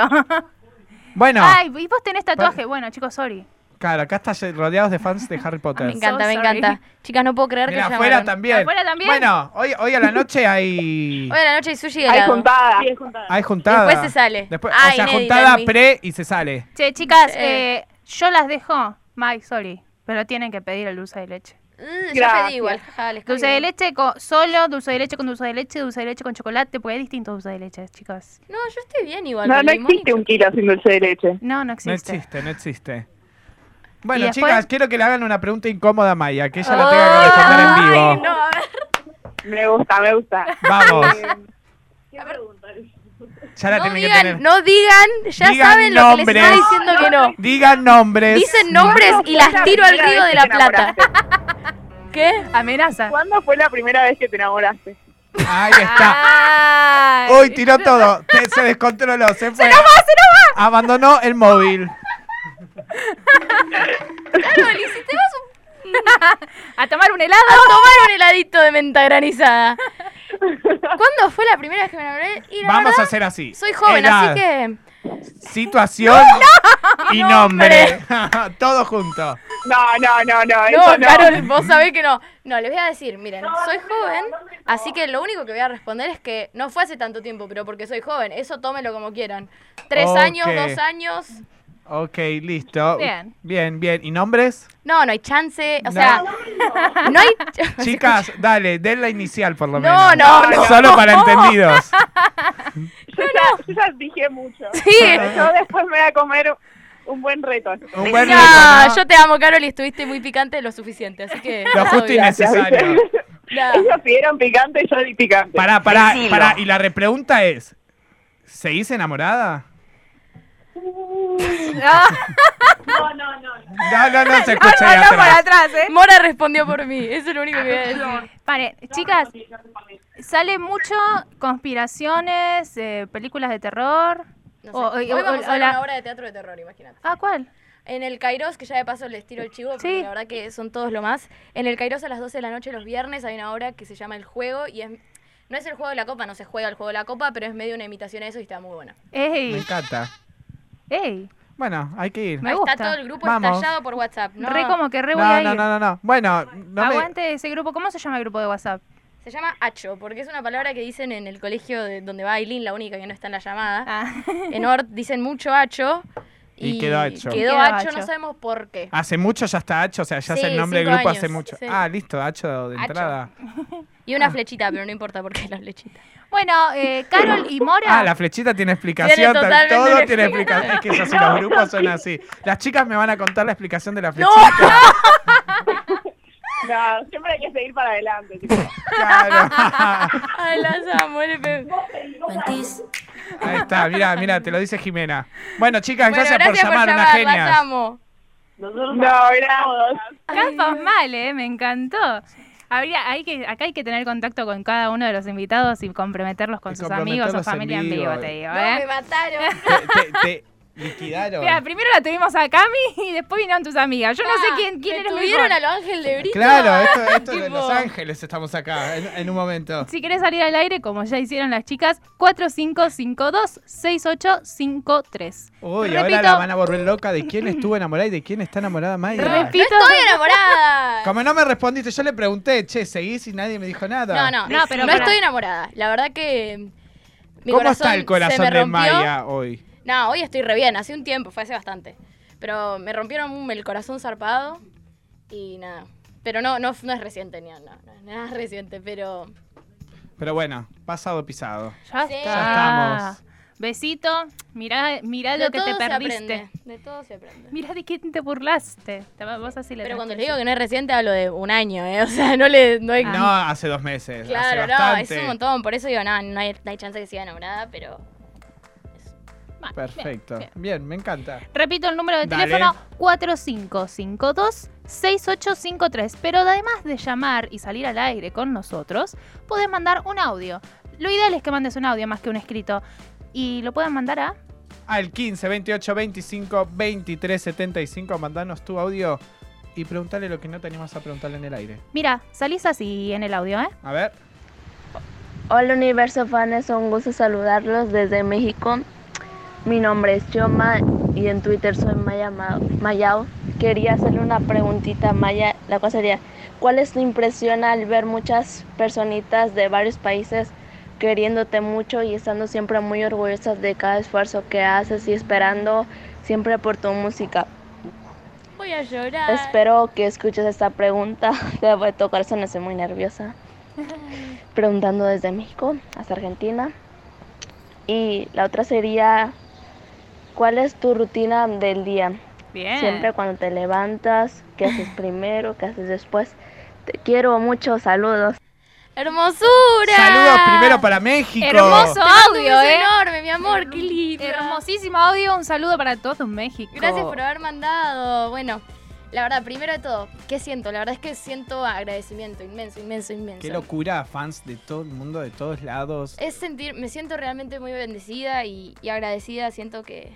Bueno, Ay, y vos tenés tatuaje. Bueno, chicos, sorry. claro, acá estás rodeados de fans de Harry Potter. Me encanta, so me sorry. encanta. Chicas, no puedo creer que Mira, llamaron. afuera también. Afuera también. Bueno, hoy, hoy a la noche hay, Hoy a la noche hay sushi de Hay helado. juntada. Sí, es juntada. hay juntada. Después se sale. Después- Ah, o sea, inédito juntada en mí. pre y se sale. Che, chicas, Sí. eh, yo las dejo. Mike, sorry. Pero tienen que pedir el dulce de leche. Mm, yo Gracias. pedí igual. jaja, les Dulce cambio. de leche con, solo, dulce de leche con dulce de leche, dulce de leche con chocolate, porque hay distintos dulces de leche, chicos. No, yo estoy bien igual. No, con no limón y- existe un kilo sin dulce de leche. No, no No existe. existe, no existe. Bueno, ¿Y después? chicas, quiero que le hagan una pregunta incómoda a Maya, que ella la tenga que responder en vivo. Ay, no, a ver. Me gusta, me gusta. Vamos, ¿Qué preguntas? ya la No tienen que tener. digan, no digan, ya Digan saben lo que les nombres. estoy diciendo que no. Digan nombres. Dicen nombres y las tiro al río de la plata. ¿Qué? Amenaza. ¿Cuándo fue la primera vez que te enamoraste? Ahí está. Uy, tiró todo. Se- Se descontroló, se fue. Abandonó el móvil. Claro, Liz, si te vas un- a tomar un helado. a tomar un heladito de menta granizada. ¿Cuándo fue la primera vez que me enamoré? Y la Vamos verdad, a hacer así. Soy joven, Edad, así que. Situación y nombre. Todo junto. No, no, no, no. No, eso no. Carol, vos sabés que no. No, les voy a decir, miren, soy joven, así que lo único que voy a responder es que no fue hace tanto tiempo, pero porque soy joven, eso tómelo como quieran. Tres Ok. años, dos años. Ok, listo. Bien. Bien, bien. ¿Y nombres? No, no hay chance. No. O sea, no hay. ch- Chicas, dale, den la inicial por lo No, menos. no, no. Solo para entendidos. Yo, ya, yo ya dije mucho. Sí. Pero yo después me voy a comer un buen reto. Un buen No, reto, yo te amo, Carol, y estuviste muy picante lo suficiente, así que. Lo todo justo y bien. necesario. No. Ellos pidieron picante y yo di picante. Pará, pará, Decilo. pará. Y la repregunta es: ¿seguís enamorada? No, no, no. no. No, no, no se Ah, escucha ahí no, no, para atrás. atrás, ¿eh? Mora respondió por mí, eso es lo único que voy a decir. Vale, chicas, sale mucho conspiraciones, eh, películas de terror. No sé. O- o- Hoy o- vamos o- a ver la- una obra de teatro de terror, imagínate. Ah, ¿cuál? En el Kairos, que ya de paso les tiro el chivo, porque Sí. la verdad que son todos lo más. En el Kairos a las 12 de la noche los viernes hay una hora que se llama El Juego y es... No es el juego de la copa, no se juega el juego de la copa, pero es medio una imitación a eso y está muy buena. Me Ey, encanta. ey. Bueno, hay que ir. Me Ahí gusta. Está todo el grupo Vamos. estallado por WhatsApp. ¿no? Re como que re voy No, a no, ir. no, no, no. Bueno, no me. Aguante ese grupo. ¿Cómo se llama el grupo de WhatsApp? Se llama Acho, porque es una palabra que dicen en el colegio de donde va Aileen, la única que no está en la llamada. Ah. En Ort dicen mucho Acho. Y quedó Ah. Acho. Quedó, Quedó Acho, Acho. no sabemos por qué. Hace mucho ya está Hacho, o sea, ya es Sí, el nombre del cinco grupo años, hace mucho. sí. Ah, listo, Hacho de Hacho. entrada. Y una flechita, pero no importa por qué la flechita. Bueno, eh, Carol y Mora. Ah, la flechita tiene explicación. Tiene tal- totalmente todo una tiene explicación. Es que es así, los grupos son así. Las chicas me van a contar la explicación de la flechita. No, siempre hay que seguir para adelante. tipo. Claro. Ay, las amo, LP. Ahí está, mira, mira, te lo dice Jimena. Bueno, chicas, Bueno, gracias, por llamar, una llamar, genia. Las amo. No, gracias. Campos mal, ¿eh? Me encantó. Habría, hay que, acá hay que tener contacto con cada uno de los invitados y comprometerlos con Y sus amigos o comprometerlos en familia en vivo, vivo. te digo, No, me ¿eh? mataron. Te, te- te liquidaron. Mira, primero la tuvimos a Cami y después vinieron tus amigas. Yo no sé Ah, quién, quién me eres tuvieron mejor. a los ángel de Brito. Claro, eh. esto, esto es de Tipo- Los Ángeles estamos acá, en, en un momento. Si querés salir al aire, como ya hicieron las chicas, 4552-6853. Uy, Repito, ahora la van a volver loca de quién estuvo enamorada y de quién está enamorada Maya. Repito. No estoy enamorada. Como no me respondiste, yo le pregunté, che, seguís y nadie me dijo nada. No, no, No, pero no pará. estoy enamorada. La verdad que mm, mi ¿Cómo está el se corazón me de rompió. Maya hoy? No, hoy estoy re bien, hace un tiempo, fue hace bastante. Pero me rompieron un- el corazón zarpado y nada. Pero no, no, no es reciente, ni, no, no, no es reciente, pero... Pero bueno, pasado pisado. Ya Sí. está. Ya estamos. Besito. Mirá, mirá lo de que todo te se perdiste. aprende, de todo se aprende. Mirá de quién te burlaste. Te- Vos así le Pero tenés cuando que les digo decir. que no es reciente, hablo de un año, ¿eh? O sea, no le... No Ah. hay, No, hace dos meses. hace claro, no, es bastante. un montón. Por eso digo, no, no hay, no hay chance que sea enamorada, pero... Perfecto. Bien, me encanta. Repito el número de Dale. teléfono 4552-6853. Pero además de llamar y salir al aire con nosotros, puedes mandar un audio. Lo ideal es que mandes un audio más que un escrito. Y lo pueden mandar a... al 15 28 25 23 75. Mandanos tu audio y preguntale lo que no te animas a preguntarle en el aire. Mira, salís así en el audio, ¿eh? A ver. Hola Universo Fans, un gusto saludarlos desde México. Mi nombre es Choma y en Twitter soy Maya Ma- Mayao. Quería hacerle una preguntita a Maya. La cosa sería, ¿cuál es tu impresión al ver muchas personitas de varios países queriéndote mucho y estando siempre muy orgullosas de cada esfuerzo que haces y esperando siempre por tu música? Voy a llorar. Espero que escuches esta pregunta. Debo de tu corazón, estoy muy nerviosa. Preguntando desde México hasta Argentina. Y la otra sería, ¿cuál es tu rutina del día? Bien. Siempre cuando te levantas, ¿qué haces primero? ¿Qué haces después? Te quiero mucho, saludos. ¡Hermosura! Saludos primero para México. Hermoso Te mando un audio, beso ¿eh? enorme, mi amor, qué lindo. Hermosísimo audio. Un saludo para todo México. Gracias por haber mandado. Bueno, la verdad, primero de todo, ¿qué siento? La verdad es que siento agradecimiento inmenso, inmenso, inmenso. Qué locura, fans de todo el mundo, de todos lados. Es sentir, me siento realmente muy bendecida y, y agradecida. Siento que,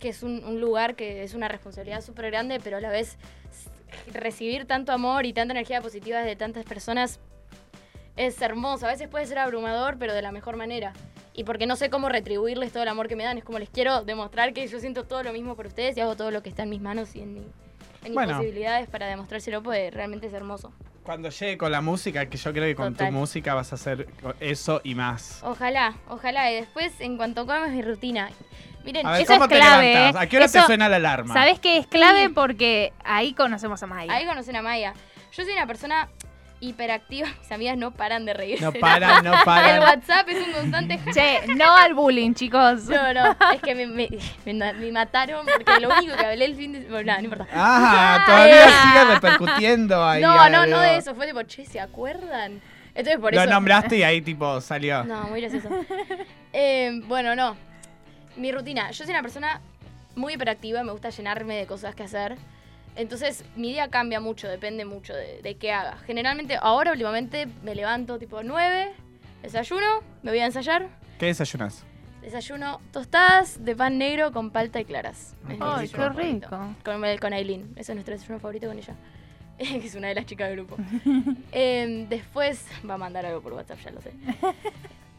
que es un, un lugar que es una responsabilidad súper grande, pero a la vez s- recibir tanto amor y tanta energía positiva de tantas personas es hermoso. A veces puede ser abrumador, pero de la mejor manera. Y porque no sé cómo retribuirles todo el amor que me dan, es como les quiero demostrar que yo siento todo lo mismo por ustedes y hago todo lo que está en mis manos y en, mi- en mis Bueno. posibilidades para demostrárselo, pues realmente es hermoso. Cuando llegue con la música, que yo creo que con Total. tu música vas a hacer eso y más. Ojalá, ojalá. Y después, en cuanto comas mi rutina. Miren, A ver, eso ¿cómo es te clave, levantás? ¿A qué hora te Eso- suena la alarma? ¿Sabes qué es clave? Sí. Porque ahí conocemos a Maya. ahí conocen a Maya. Yo soy una persona hiperactiva, mis amigas no paran de reír. No paran, no El paran. WhatsApp es un constante ja- Che, no al bullying, chicos. No, no, es que me, me- me- me mataron porque lo único que hablé el fin de bueno, nada, no importa. Ah, todavía eh. sigue repercutiendo ahí. No, no, algo. no de eso, fue tipo, che, ¿se acuerdan? Entonces por Lo eso. nombraste y ahí tipo salió. No, muy gracioso. Eh, bueno, no. Mi rutina. Yo soy una persona muy hiperactiva, me gusta llenarme de cosas que hacer. Entonces, mi día cambia mucho, depende mucho de, de qué haga. Generalmente, ahora últimamente me levanto tipo 9, desayuno, me voy a ensayar. ¿Qué desayunas? Desayuno tostadas de pan negro con palta y claras. Es mi Ay, Ay, rico. qué desayuno favorito. rico. Con, eh, con Aileen. Ese es nuestro desayuno favorito con ella. Que es una de las chicas del grupo. Eh, después. Va a mandar algo por WhatsApp, ya lo sé.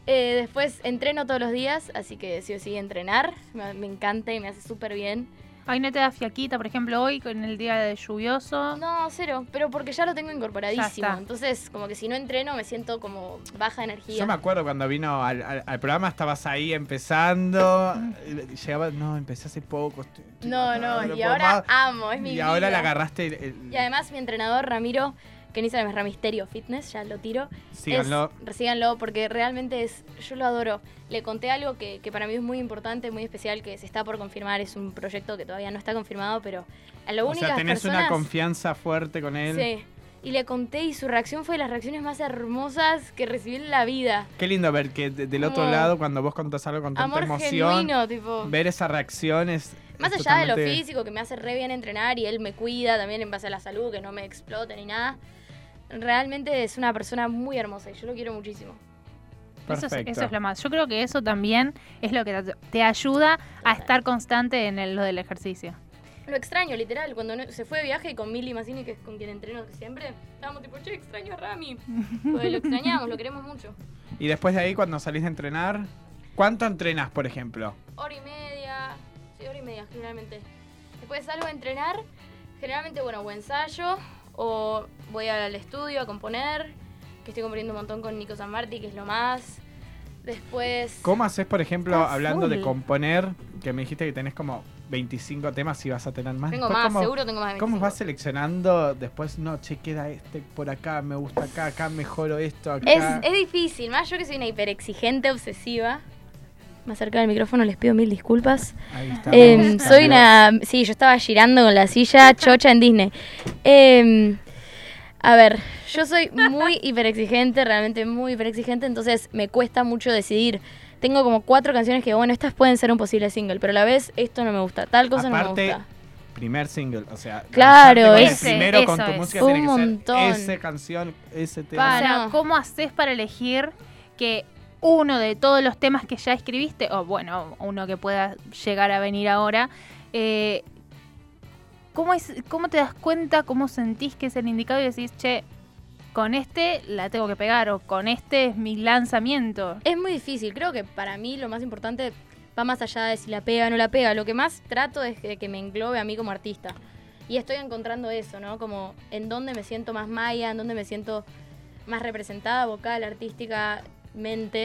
Eh, después entreno todos los días, así que sí o sí entrenar. Me, me encanta y me hace súper bien. Ay, no te da fiaquita, por ejemplo, hoy con el día de lluvioso. No, cero. Pero porque ya lo tengo incorporadísimo. Ya está. Entonces, como que si no entreno, me siento como baja energía. Yo me acuerdo cuando vino al, al- al programa, estabas ahí empezando. eh, Llegaba, no, empecé hace poco. estoy- estoy no, matado, no, y puedo ahora más". amo, es mi y ahora la vida. agarraste. el- el- Y además mi entrenador Ramiro, que ni sabe, es Ramisterio Fitness, ya lo tiro. síganlo. Es- síganlo porque realmente es, yo lo adoro. Le conté algo que, que para mí es muy importante, muy especial, que se está por confirmar. Es un proyecto que todavía no está confirmado, pero a lo O único sea, tenés una confianza fuerte con él. Sí. Y le conté y su reacción fue de las reacciones más hermosas que recibí en la vida. Qué lindo ver que de- del otro Como- lado, cuando vos contás algo con tanta Amor emoción, genuino, tipo. ver esa reacción es. Más es allá de lo totalmente- físico, que me hace re bien entrenar y él me cuida también en base a la salud, que no me explote ni nada. Realmente es una persona muy hermosa y yo lo quiero muchísimo. Eso es, Perfecto. eso es lo más. Yo creo que eso también es lo que te- te ayuda a estar constante en el- lo del ejercicio. Lo extraño, literal. Cuando no- se fue de viaje con Mili Mazzini, que es con quien entreno siempre, estábamos tipo, che, extraño a Rami. Porque lo extrañamos, lo queremos mucho. Y después de ahí, cuando salís de entrenar, ¿cuánto entrenás, por ejemplo? Hora y media, sí, hora y media generalmente. Después salgo a entrenar, generalmente, bueno, o ensayo, o voy al estudio a componer, que estoy componiendo un montón con Nico San Martí, que es lo más. Después... ¿Cómo haces, por ejemplo, Ah, Está hablando de full. componer, que me dijiste que tenés como 25 temas y vas a tener más? Tengo Después, más, ¿cómo- seguro tengo más de ¿Cómo 25. vas seleccionando? Después, no, che, queda este por acá, me gusta acá, acá mejoro esto, acá. Es, es difícil, más yo que soy una hiperexigente, obsesiva. Más cerca del micrófono les pido mil disculpas. Ahí está, Eh, me gusta, soy me una. Sí, yo estaba girando con la silla chocha en Disney. Eh, a ver, yo soy muy hiperexigente, realmente muy hiperexigente, entonces me cuesta mucho decidir. Tengo como cuatro canciones que, bueno, estas pueden ser un posible single, pero a la vez esto no me gusta, tal cosa Aparte, no me gusta. Primer single, o sea, lanzarte Claro, con el ese, primero con eso tu es. música Un tiene que ser montón. esa canción, ese tema. Ah, o sea, no. ¿cómo haces para elegir que uno de todos los temas que ya escribiste, o bueno, uno que pueda llegar a venir ahora, eh, ¿cómo, es, ¿cómo te das cuenta, cómo sentís que es el indicado y decís, che, con este la tengo que pegar o con este es mi lanzamiento? Es muy difícil, creo que para mí lo más importante va más allá de si la pega o no la pega. Lo que más trato es de que me englobe a mí como artista. Y estoy encontrando eso, ¿no? Como en dónde me siento más maya, en dónde me siento más representada vocal, artísticamente.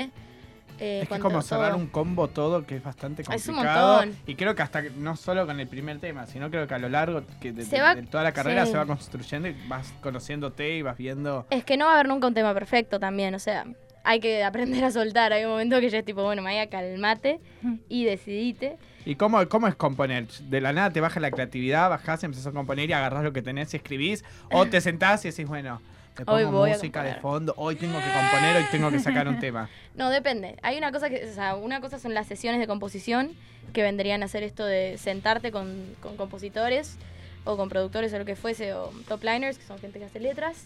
Es eh, que es cuanto- como cerrar todo. un combo todo que es bastante Es un complicado. montón. y creo que hasta que- no solo con el primer tema, sino creo que a lo largo que de, Se de- va- de toda la carrera sí. se va construyendo y vas conociéndote y vas viendo. Es que no va a haber nunca un tema perfecto también, o sea, hay que aprender a soltar. Hay un momento que ya es tipo, bueno, Maya, calmate y decidite. ¿Y cómo, cómo es componer? De la nada te baja la creatividad, bajás, empezás a componer y agarrás lo que tenés y escribís. O te sentás y decís, bueno, te Hoy pongo voy a música de componer. fondo, hoy tengo que componer, hoy tengo que sacar un tema. No, depende. Hay una cosa que, o sea, una cosa son las sesiones de composición, que vendrían a ser esto de sentarte con, con compositores o con productores o lo que fuese, o topliners, que son gente que hace letras.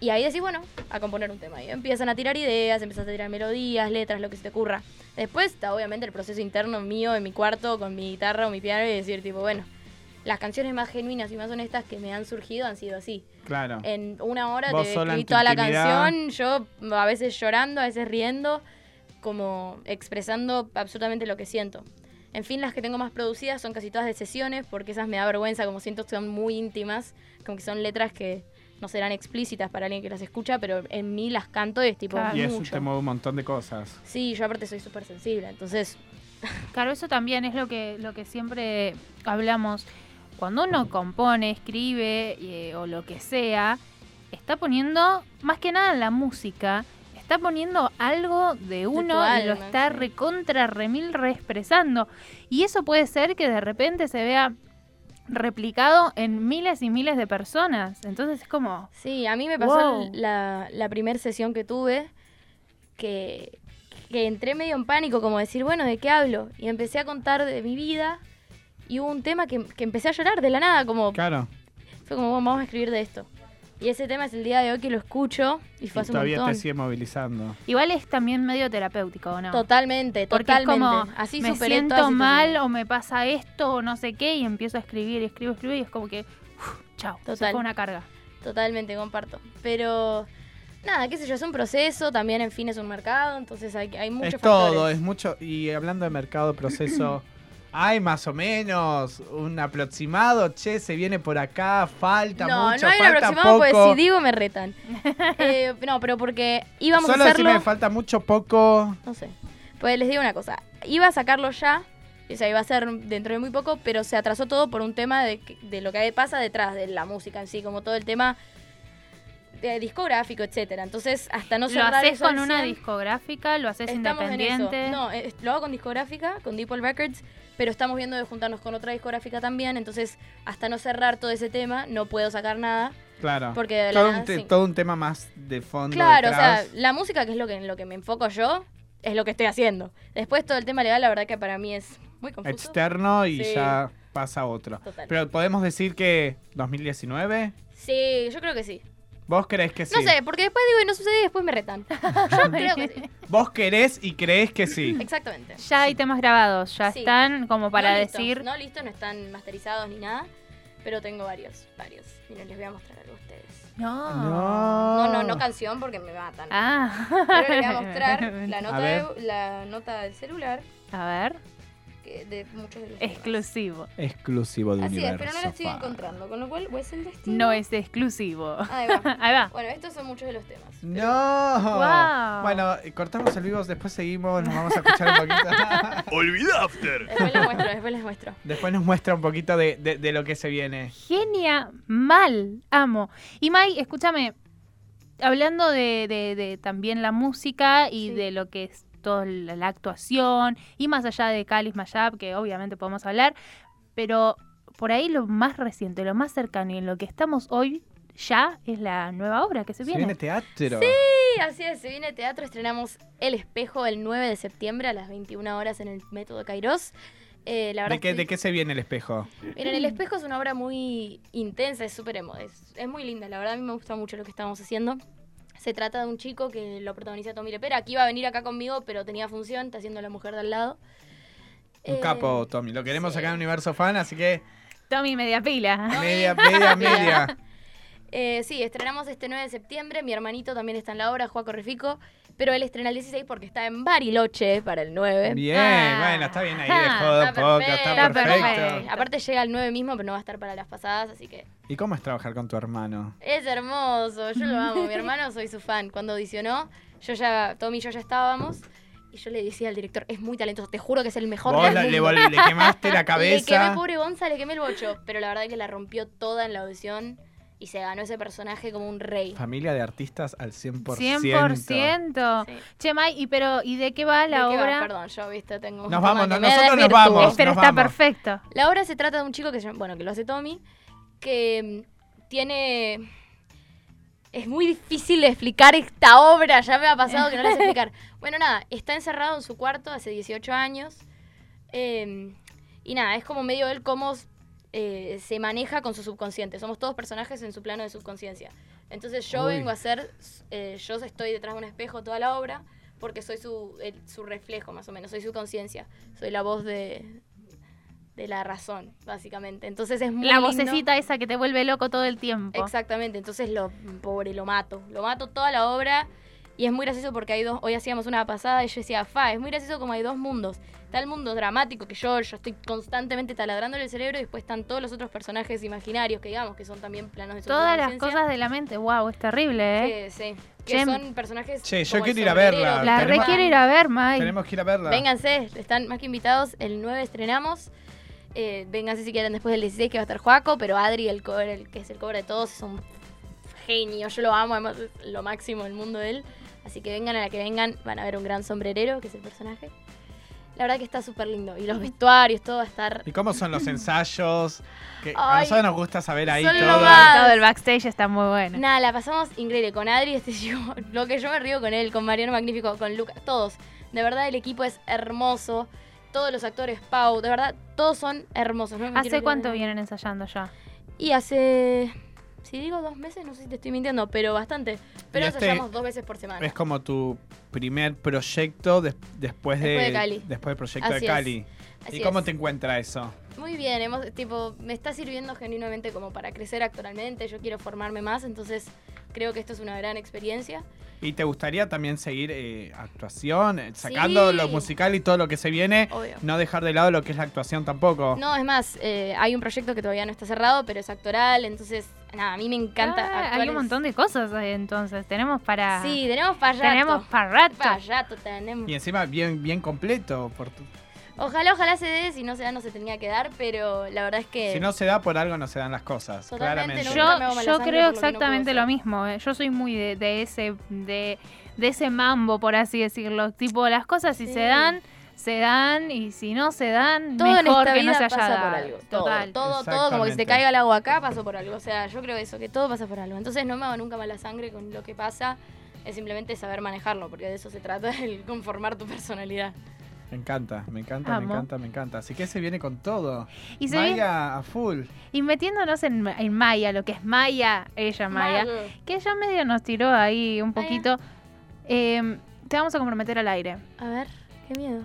Y ahí decís, bueno, a componer un tema. Y empiezan a tirar ideas, empiezas a tirar melodías, letras, lo que se te ocurra. Después está obviamente el proceso interno mío en mi cuarto con mi guitarra o mi piano y decir, tipo, bueno, las canciones más genuinas y más honestas que me han surgido han sido así. Claro. En una hora Vos te sola en escribí tu toda la intimidad. canción, yo a veces llorando, a veces riendo, como expresando absolutamente lo que siento. En fin, las que tengo más producidas son casi todas de sesiones, porque esas me da vergüenza, como siento que son muy íntimas, como que son letras que no serán explícitas para alguien que las escucha, pero en mí las canto y es tipo Claro. y eso mucho. te mueve un montón de cosas. Sí, yo aparte soy súper sensible, entonces Claro, eso también es lo que, lo que siempre hablamos. Cuando uno compone, escribe eh, o lo que sea, está poniendo, más que nada en la música, está poniendo algo de uno y lo alma, está sí. recontra, remil, reexpresando. Y eso puede ser que de repente se vea replicado en miles y miles de personas. Entonces es como, Sí, a mí me pasó Wow. la, la primera sesión que tuve que, que entré medio en pánico, como decir, bueno, ¿de qué hablo? Y empecé a contar de mi vida y hubo un tema que, que empecé a llorar de la nada, como Claro. fue como, "Bueno, vamos a escribir de esto. Y ese tema es el día de hoy que lo escucho y Y fue hace un todavía montón. te sigue movilizando. igual es también medio terapéutico, ¿o ¿no? Totalmente, Porque es totalmente. como, Así me superé siento todas mal esas- o me pasa esto o no sé qué y empiezo a escribir, escribo, escribo y es como que, uf, chao, se Total. fue una carga. Totalmente, comparto. Pero nada, qué sé yo, es un proceso, también en fin es un mercado, entonces hay, hay muchos es todo, factores. es mucho. Y hablando de mercado, proceso, hay más o menos un aproximado. Che, se viene por acá, falta No, mucho, no hay un falta aproximado poco. porque si digo me retan. Eh, no, pero porque íbamos Solo a decime, hacerlo. falta mucho, poco. No sé. Pues les digo una cosa. Iba a sacarlo ya. O sea, iba a ser dentro de muy poco, pero se atrasó todo por un tema de, que- de lo que pasa detrás de la música en sí, como todo el tema de discográfico, etcétera. Entonces, hasta no lo cerrar haces eso al con una 100, discográfica, lo haces estamos en eso. independiente. No, eh, lo hago con discográfica, con Deeple Records, pero estamos viendo de juntarnos con otra discográfica también, entonces hasta no cerrar todo ese tema no puedo sacar nada. Claro. Porque de la todo, nada, un te- sí. todo un tema más de fondo. Claro, detrás. o sea, la música, que es lo que, en lo que me enfoco yo, es lo que estoy haciendo. Después todo el tema legal, la verdad que para mí es muy confuso. externo y Sí. ya pasa otro. Total. Pero podemos decir que 2019, Sí, yo creo que sí. vos crees que sí. No sé, porque después digo y no sucede y después me retan. Yo creo que sí. Vos querés y crees que sí. Exactamente. Ya hay temas grabados, ya Sí. están como para No listos, decir. no listos, no están masterizados ni nada, pero tengo varios, varios. Miren, les voy a mostrar algo a ustedes. No. No, no, Ah. no canción porque me matan. Ah. Pero les voy a mostrar la nota, A ver. de- la nota del celular A ver, que de muchos de los temas. exclusivo. Exclusivo de Así es, Universo pero no la estoy Fan. encontrando, con lo cual o es el destino. No es exclusivo. Ahí va. Ahí va. Bueno, estos son muchos de los Ah. temas. No. Guau. Bueno, cortamos el vivo, después seguimos, nos vamos a escuchar un poquito. Olvida After. Después les muestro, después les muestro. después nos muestra un poquito de, de- de lo que se viene. Genia mal, amo. Y Mai, escúchame, hablando de, de- de también la música y Sí. de lo que es toda la, la actuación, y más allá de Calis Mayab, que obviamente podemos hablar, pero por ahí lo más reciente, lo más cercano y en lo que estamos hoy ya es la nueva obra que se Se viene. viene teatro. Sí, así es, se viene teatro, estrenamos El Espejo el 9 de septiembre a las 21 horas en el Método Kairos. Eh, la verdad ¿De qué, estoy- ¿De qué se viene el espejo? Miren, El Espejo es una obra muy intensa, es súper emo, es, es muy linda, la verdad a mí me gusta mucho lo que estamos haciendo. Se trata de un chico que lo protagoniza Tommy Lepera, aquí iba a venir acá conmigo, pero tenía función, está haciendo la mujer de al lado. Un Eh, capo, Tommy. Lo queremos sí. acá en Universo Fan, así que Tommy media pila. media, media, media. Eh, sí, estrenamos este 9 de septiembre. Mi hermanito también está en la obra, Juaco Refico. Pero él estrena el 16 porque está en Bariloche para el 9. Bien, Ah. bueno, está bien ahí de Ah, jodo un poco, está Está perfecto. perfecto. Aparte llega el 9 mismo, pero no va a estar para las pasadas, así que ¿Y cómo es trabajar con tu hermano? es hermoso. Yo lo amo. Mi hermano, soy su fan. Cuando audicionó, yo ya, Tommy y yo ya estábamos. Y yo le decía al director, es muy talentoso, te juro que es el mejor Vos del la- le, mundo". vol- le quemaste la Le quemé, cabeza. pobre Gonza, le quemé el bocho. Pero la verdad que la rompió toda en la audición y se ganó ese personaje como un rey. Familia de artistas al 100%. 100%. Sí. Che, Mai, y, pero, ¿y de qué va la ¿De qué va? obra? Perdón, yo, viste, tengo un Nos tema vamos, que no- me da nosotros nos virtud. vamos. Pero Nos está perfecto. La obra se trata de un chico que se llama- bueno, que lo hace Tommy, que mm, tiene... Es muy difícil de explicar esta obra, ya me ha pasado que no la sé explicar. Bueno, nada, está encerrado en su cuarto hace 18 años. eh, y nada, es como medio él cómo eh, se maneja con su subconsciente. Somos todos personajes en su plano de subconsciencia. Entonces yo Uy. vengo a ser, eh, yo estoy detrás de un espejo toda la obra porque soy su, el- su reflejo más o menos, soy su conciencia, soy la voz de, de la razón, básicamente. Entonces es muy La lindo. vocecita esa que te vuelve loco todo el tiempo. Exactamente, entonces lo pobre lo mato, lo mato toda la obra y es muy gracioso porque hay dos, hoy hacíamos una pasada y yo decía, fa, es muy gracioso como hay dos mundos. Está el mundo dramático que yo, yo estoy constantemente taladrándole el cerebro y después están todos los otros personajes imaginarios que digamos que son también planos de su Todas las conciencia, cosas de la mente. Wow, es terrible, ¿eh? que, sí, que Che, son personajes Che, yo como el quiero ir a verla. sombrero, La Tenemos- requiere ir a ver, May. Tenemos que ir a verla. Vénganse, están más que invitados. El 9 estrenamos. Eh, vénganse si quieren después del 16 que va a estar Joaco, pero Adri, el cover, el que es el cover de todos, es un genio. Yo lo amo, además es lo máximo del mundo de él. Así que vengan a la que vengan, van a ver un gran sombrerero, que es el personaje. La verdad que está súper lindo. Y los vestuarios, todo va a estar... ¿Y cómo son los ensayos? Que a Ay, nosotros nos gusta saber ahí son lo todo. más. Todo el backstage está muy bueno. Nada, la pasamos increíble. Con Adri, este chico, lo que yo me río con él, con Mariano Magnífico, con Lucas, todos. De verdad, el equipo es hermoso. Todos los actores, Pau, de verdad, todos son hermosos. No me quiero ¿Hace olvidar cuánto de- vienen ensayando ya? Y hace. Si digo dos meses, no sé si te estoy mintiendo, pero bastante. Pero Y nos este- ensayamos dos veces por semana. Es como tu primer proyecto des- después de, Después de Cali. Después del proyecto Así de es. Cali. Así ¿Y cómo es. te encuentra eso? Muy bien, hemos, tipo, me está sirviendo genuinamente como para crecer actualmente. Yo quiero formarme más, entonces creo que esto es una gran experiencia. ¿Y te gustaría también seguir eh, actuación, eh, sacando Sí. lo musical y todo lo que se viene? Obvio. No dejar de lado lo que es la actuación tampoco. No, es más, eh, hay un proyecto que todavía no está cerrado, pero es actoral, entonces, nada, a mí me encanta Ah, actuar. hay un montón de cosas ahí, entonces. Tenemos para. Sí, tenemos para rato. tenemos para rato. Para rato tenemos. Y encima bien, bien completo. por tu- Ojalá, ojalá se dé, si no se da, no se tenía que dar, pero la verdad es que... Si no se da por algo, no se dan las cosas. Eh. Totalmente, claramente. no- Yo, Nunca me hago mala yo sangre creo por lo que no exactamente puedo lo hacer. mismo. eh. Yo soy muy de, de ese de, de ese mambo, por así decirlo. Tipo, las cosas si Sí. se dan, se dan. Y si no se dan, Todo en mejor esta que vida no se haya pasa dado. por algo. Total. Todo, todo, todo, como que se Exactamente. te caiga el agua acá, pasó por algo. O sea, yo creo eso, que todo pasa por algo. Entonces no me hago nunca mala sangre con lo que pasa. Es simplemente saber manejarlo, porque de eso se trata, el conformar tu personalidad. Me encanta, me encanta, Amo. me encanta, me encanta. Así que se viene con todo. Y, se Maya viene- a full. y metiéndonos en, en Maya, lo que es Maya, ella Maya, que ella medio nos tiró ahí un Maya. poquito. eh, te vamos a comprometer al aire. A ver, qué miedo.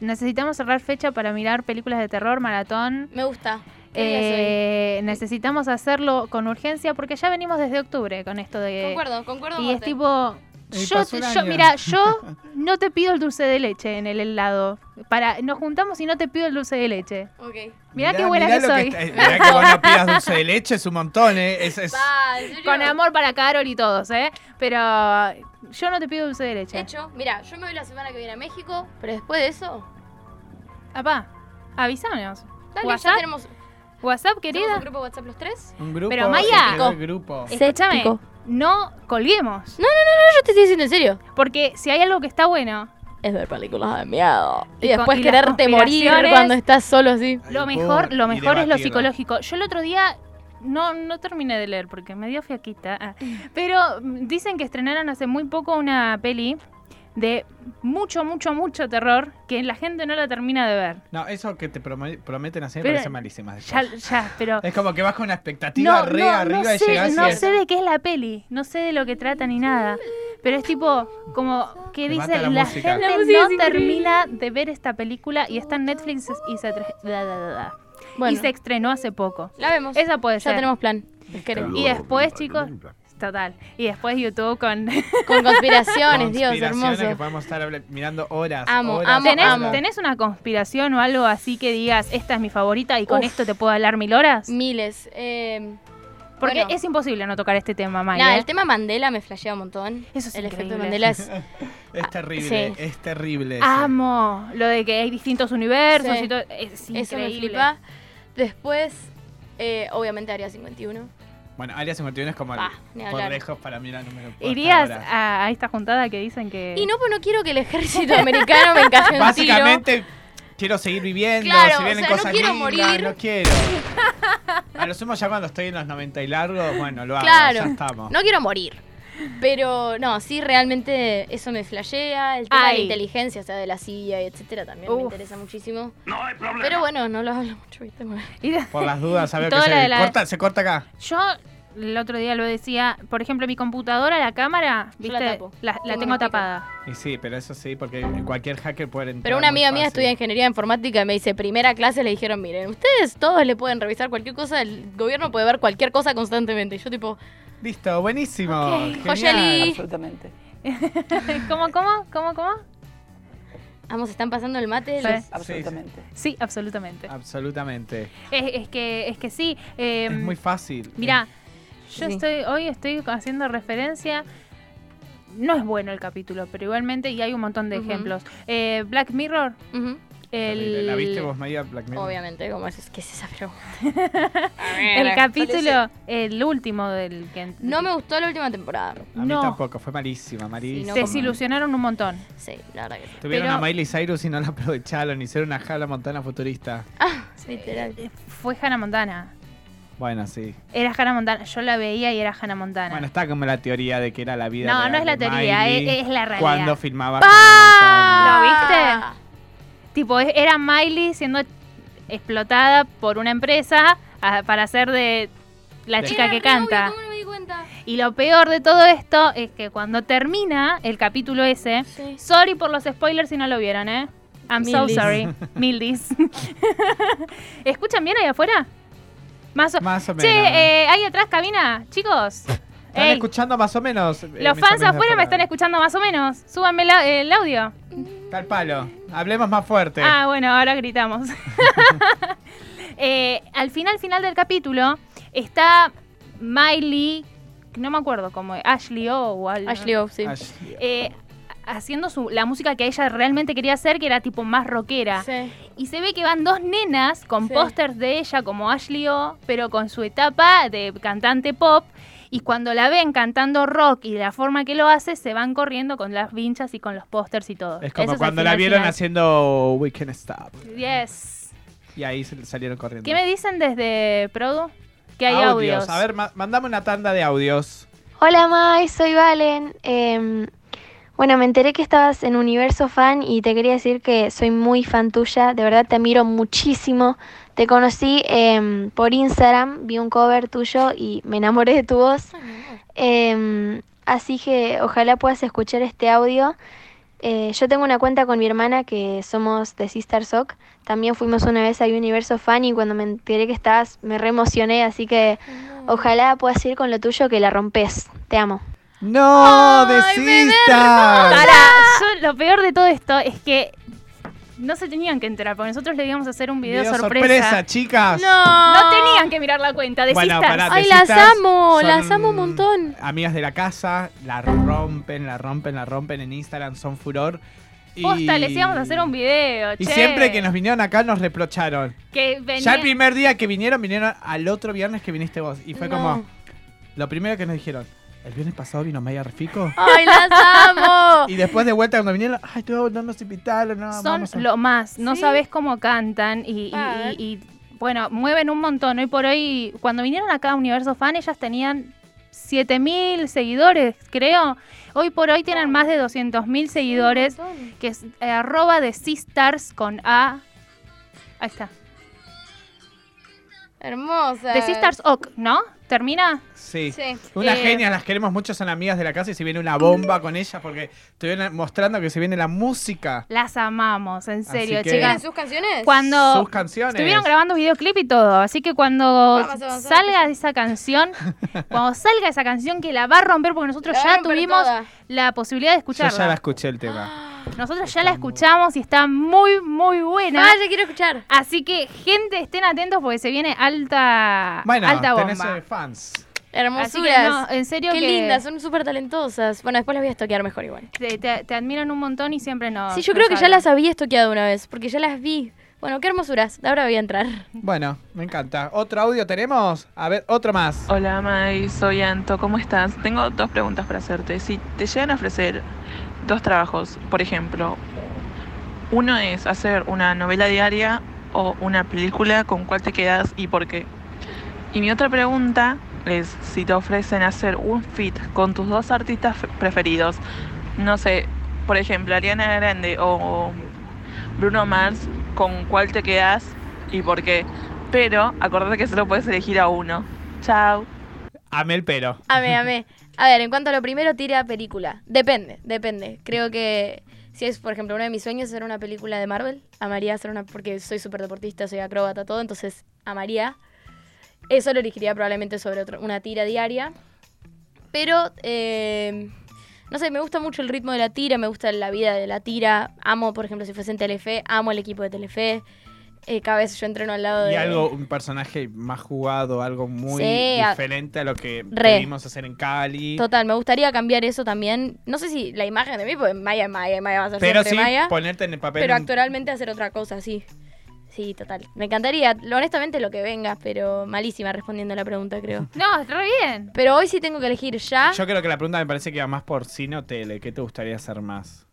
Necesitamos cerrar fecha para mirar películas de terror, maratón. Me gusta. ¿Qué día es hoy? Eh, necesitamos hacerlo con urgencia porque ya venimos desde octubre con esto de... Concuerdo, concuerdo. Eh, Y es a muerte. tipo. Y Yo, pasó te- un yo- año. mira, yo no te pido el dulce de leche en el helado. Para, nos juntamos y no te pido el dulce de leche. Ok. Mirá, qué buena mirá que lo soy. está- eh, mirá que vos no pidas dulce de leche, es un montón, ¿eh? Es, es- Va, ¿en serio? Con amor para Carol y todos, ¿eh? Pero eh, yo no te pido dulce de leche. Hecho, mira, yo me voy la semana que viene a México, pero después de eso, Apá, avisanos. dale, WhatsApp, ya tenemos, WhatsApp, tenemos un querida. grupo WhatsApp los tres. un grupo. Pero, se Maya. creó el grupo. Escúchame, Séptico. no colguemos. Yo te estoy diciendo en serio. Porque si hay algo que está bueno, es ver películas de miedo. Y, Y con- después y las quererte morir conspiraciones. cuando estás solo así. lo Ay, mejor, por- lo y mejor es lo debatirlo. psicológico. Yo el otro día no, no terminé de leer porque me dio fiaquita. ah. Pero mm, dicen que estrenaron hace muy poco una peli de mucho, mucho, mucho terror que la gente no la termina de ver. No, eso que te prome- prometen hacer me Pero- parece malísima. Ya, ya, pero. Es como que vas con una expectativa No, re no, arriba no y llegás sé, y no es- sé de qué es la peli, no sé de lo que trata ni nada. Pero es tipo, como que Me dice, mata la la, música. gente La música es no increíble. termina de ver esta película y está en Netflix y se, tra- da, da, da, da. Bueno, y se estrenó hace poco. la vemos. Esa puede ya ser. tenemos plan. Creo. Y después, chicos, total. Y después YouTube con. Con conspiraciones, Dios, Conspiraciones que hermoso. podemos estar habla- mirando horas. Amo, horas, amo, ¿Tenés, horas. tenés una conspiración o algo así que digas, esta es mi favorita y con Uf. esto te puedo hablar mil horas? Miles. Eh, Porque bueno. es imposible no tocar este tema, Maya. nada, ¿eh? el tema Mandela me flashea un montón. Eso es El efecto increíble. Mandela es. Es terrible, Sí. es terrible. eso. Amo lo de que hay distintos universos Sí. y todo. Es increíble. Eso me flipa. Después, eh, obviamente, Área 51. Bueno, Área 51 es como el- Ah, ni por hablar. lejos para mí la número cuatro ¿Irías horas. a, a esta juntada que dicen que.? Y no, pues no quiero que el ejército americano me encaje un tiro. Básicamente, quiero seguir viviendo. Claro, si vienen o sea, no cosas quiero lindas, morir. No quiero. A lo sumo, ya cuando estoy en los 90 y largos, bueno, lo hago. Claro. Ya estamos. No quiero morir. Pero no, sí, realmente eso me flashea. El tema de Ay. la inteligencia, o sea, de la CIA, y etcétera, también me Uf. interesa muchísimo. Pero bueno, no lo hablo mucho, ¿viste? Y- Por las dudas, a Y ver qué toda la se de la- corta. Se corta acá. Yo el otro día lo decía, por ejemplo, mi computadora, la cámara, Yo la ¿viste? tapo. la, la Tengo tengo una pica. tapada. Y sí, pero eso sí, porque cualquier hacker puede entrar. Pero una muy amiga mía fácil. estudia ingeniería informática y me dice, primera clase le dijeron, miren, ustedes todos le pueden revisar cualquier cosa, el gobierno puede ver cualquier cosa constantemente. Y yo tipo, Listo, buenísimo. Ok, genial. Joyeli. Absolutamente. ¿Cómo, cómo, cómo, cómo? vamos, están pasando el mate. Sí. los- Absolutamente. Sí, absolutamente. Absolutamente. Es, es que, es que sí. eh, Em, es muy eh. fácil. Mirá, yo Sí. estoy, hoy estoy haciendo referencia. No es bueno el capítulo, pero igualmente, y hay un montón de Ujú. ejemplos. Eh, Black Mirror, Ujú. el, Terrible. ¿La viste vos, Maya Black Mirror? Obviamente, como es, ¿qué es esa pregunta? el capítulo, el último del que No me gustó la última temporada. A mí No. tampoco, fue malísima, malísima. Sí, no, desilusionaron un montón. Sí, la verdad que sí. Tuvieron pero- a Miley Cyrus y no la aprovecharon, hicieron una jala montana futurista. Literal. Eh, Fue Hannah Montana. Bueno, sí. Era Hannah Montana. Yo la veía y era Hannah Montana. Bueno, está como la teoría de que era la vida No, real no es la de teoría, eh, Miley es- es la realidad. ¡Ah! Cuando filmaba Hannah ¿Lo Montana. viste? Tipo, es- era Miley siendo explotada por una empresa ah, para hacer de la Sí. chica Era que re canta. obvio, ¿cómo no me di cuenta? Y lo peor de todo esto es que cuando termina el capítulo ese, Sí. sorry por los spoilers si no lo vieron, ¿eh? I'm Mildis. so sorry. Mildis. ¿Escuchan bien ahí afuera? Más o Más o menos. Che, eh, ahí atrás cabina, chicos. ¿Están Ey, escuchando más o menos? eh, los mis fans amigos de afuera me están escuchando más o menos. Súbanme la- el audio. Tal palo. Hablemos más fuerte. Ah, bueno, ahora gritamos. Eh, al final, final del capítulo, está Miley, no me acuerdo cómo, es, Ashley O o algo. Ashley O, sí. Ay, eh, haciendo su- la música que ella realmente quería hacer, que era tipo más rockera. Sí. Y se ve que van dos nenas con Sí. pósters de ella como Ashley O, pero con su etapa de cantante pop. Y cuando la ven cantando rock y de la forma que lo hace, se van corriendo con las vinchas y con los pósters y todo. Es como Eso el cuando la final, vieron final. haciendo We Can Stop. Yes. Y ahí se- salieron corriendo. ¿Qué me dicen desde Produ? Que hay audios. A ver, ma- mandame una tanda de audios. Hola Mai, soy Valen. Em, bueno, me enteré que estabas en Universo Fan y te quería decir que soy muy fan tuya. De verdad te admiro muchísimo. Te conocí em, por Instagram, vi un cover tuyo y me enamoré de tu voz. Ay, mi amor. Em, así que ojalá puedas escuchar este audio. Eh, yo tengo una cuenta con mi hermana que somos de Sister Sock. También fuimos una vez a Universo Fan y cuando me enteré que estabas me reemocioné, así que ojalá puedas ir con lo tuyo que la rompes. Te amo. ¡No! Ay, me ¡Desista! Para, yo lo peor de todo esto es que no se tenían que enterar, porque nosotros le íbamos a hacer un video, sorpresa. chicas. No. No tenían que mirar la cuenta, de Bueno, Sisters. pará, Ay, de las citas amo, son las amo un montón. Amigas de la casa, la rompen, la rompen, la rompen en Instagram, son furor. Y... Posta, les íbamos a hacer un video, Y che. siempre que nos vinieron acá nos reprocharon. Que venía- Ya el primer día que vinieron, vinieron al otro viernes que viniste vos. Y fue No. como, lo primero que nos dijeron, ¿el viernes pasado vino Maya Refico? Ay, las amo. Y después de vuelta cuando vinieron, ay, no, no nos invitaron, no, Son vamos a- lo más, no Sí. sabes cómo cantan y, y- Fan. y- y, bueno, mueven un montón. Hoy por hoy, cuando vinieron acá a Universo Fan, ellas tenían 7000 seguidores, creo. Hoy por hoy tienen más de 200.000 seguidores, que es eh, arroba de Sisters con A. Ahí está. Hermosa. Eh, De Sisters Oc, ¿no? ¿Termina? Sí. Sí. Una Eh, genia, las queremos mucho, son amigas de la casa y se viene una bomba con ellas porque estuvieron mostrando que se viene la música. Las amamos, en Así serio, que- chicas. ¿Tienen sus canciones? Cuando Sus canciones. Estuvieron grabando videoclip y todo, así que cuando Vamos, vamos, salga esa canción, cuando salga esa canción que la va a romper porque nosotros La van a ya romper tuvimos Ah. toda. la posibilidad de escucharla. Yo ya la escuché el tema. Nosotros ya la escuchamos y está muy muy buena. Ah, ya quiero escuchar. Así que gente, estén atentos porque se viene alta Bueno, Ah, alta tenés bomba. eh, fans. Así que no, Hermosuras. en serio Qué que lindas, son súper talentosas. Bueno, después las voy a estoquear mejor igual. Te, te- te admiran un montón y siempre no. sí, yo no creo que ya saben. las había estoqueado una vez, porque ya las vi. Bueno, qué hermosuras. Ahora voy a entrar. Bueno, me encanta. ¿Otro audio tenemos? A ver, otro más. Hola Mai, soy Anto, ¿cómo estás? Tengo dos preguntas para hacerte. Si te llegan a ofrecer dos trabajos, por ejemplo, uno es hacer una novela diaria o una película, ¿con cuál te quedas y por qué? Y mi otra pregunta es si te ofrecen hacer un fit con tus dos artistas f- preferidos, no sé, por ejemplo, Ariana Grande o Bruno Mars, ¿con cuál te quedas y por qué? Pero acordate que solo puedes elegir a uno. Chao. Amé el pero. Amé, amé. A ver, en cuanto a lo primero, tira película. Depende, depende. Creo que si es, por ejemplo, uno de mis sueños es hacer una película de Marvel, amaría hacer una, porque soy súper deportista, soy acróbata, todo, entonces amaría. Eso lo elegiría probablemente sobre otro- una tira diaria. Pero, eh, no sé, me gusta mucho el ritmo de la tira, me gusta la vida de la tira. Amo, por ejemplo, si fuese en Telefe, amo el equipo de Telefe. Eh, cada vez yo entreno al lado de... Y algo, un personaje más jugado, algo muy Sí, a- diferente a lo que Re. venimos a hacer en Cali. Total, me gustaría cambiar eso también. No sé si la imagen de mí, pues Maya es Maya, Maya va a ser Pero siempre sí, Maya. ponerte en el papel. Pero un- actualmente hacer otra cosa, sí. Sí, total. Me encantaría, lo- honestamente, lo que venga, pero malísima respondiendo a la pregunta, creo. No, re bien. Pero hoy sí tengo que elegir ya. Yo creo que la pregunta me parece que va más por cine o tele. ¿Qué te gustaría hacer más?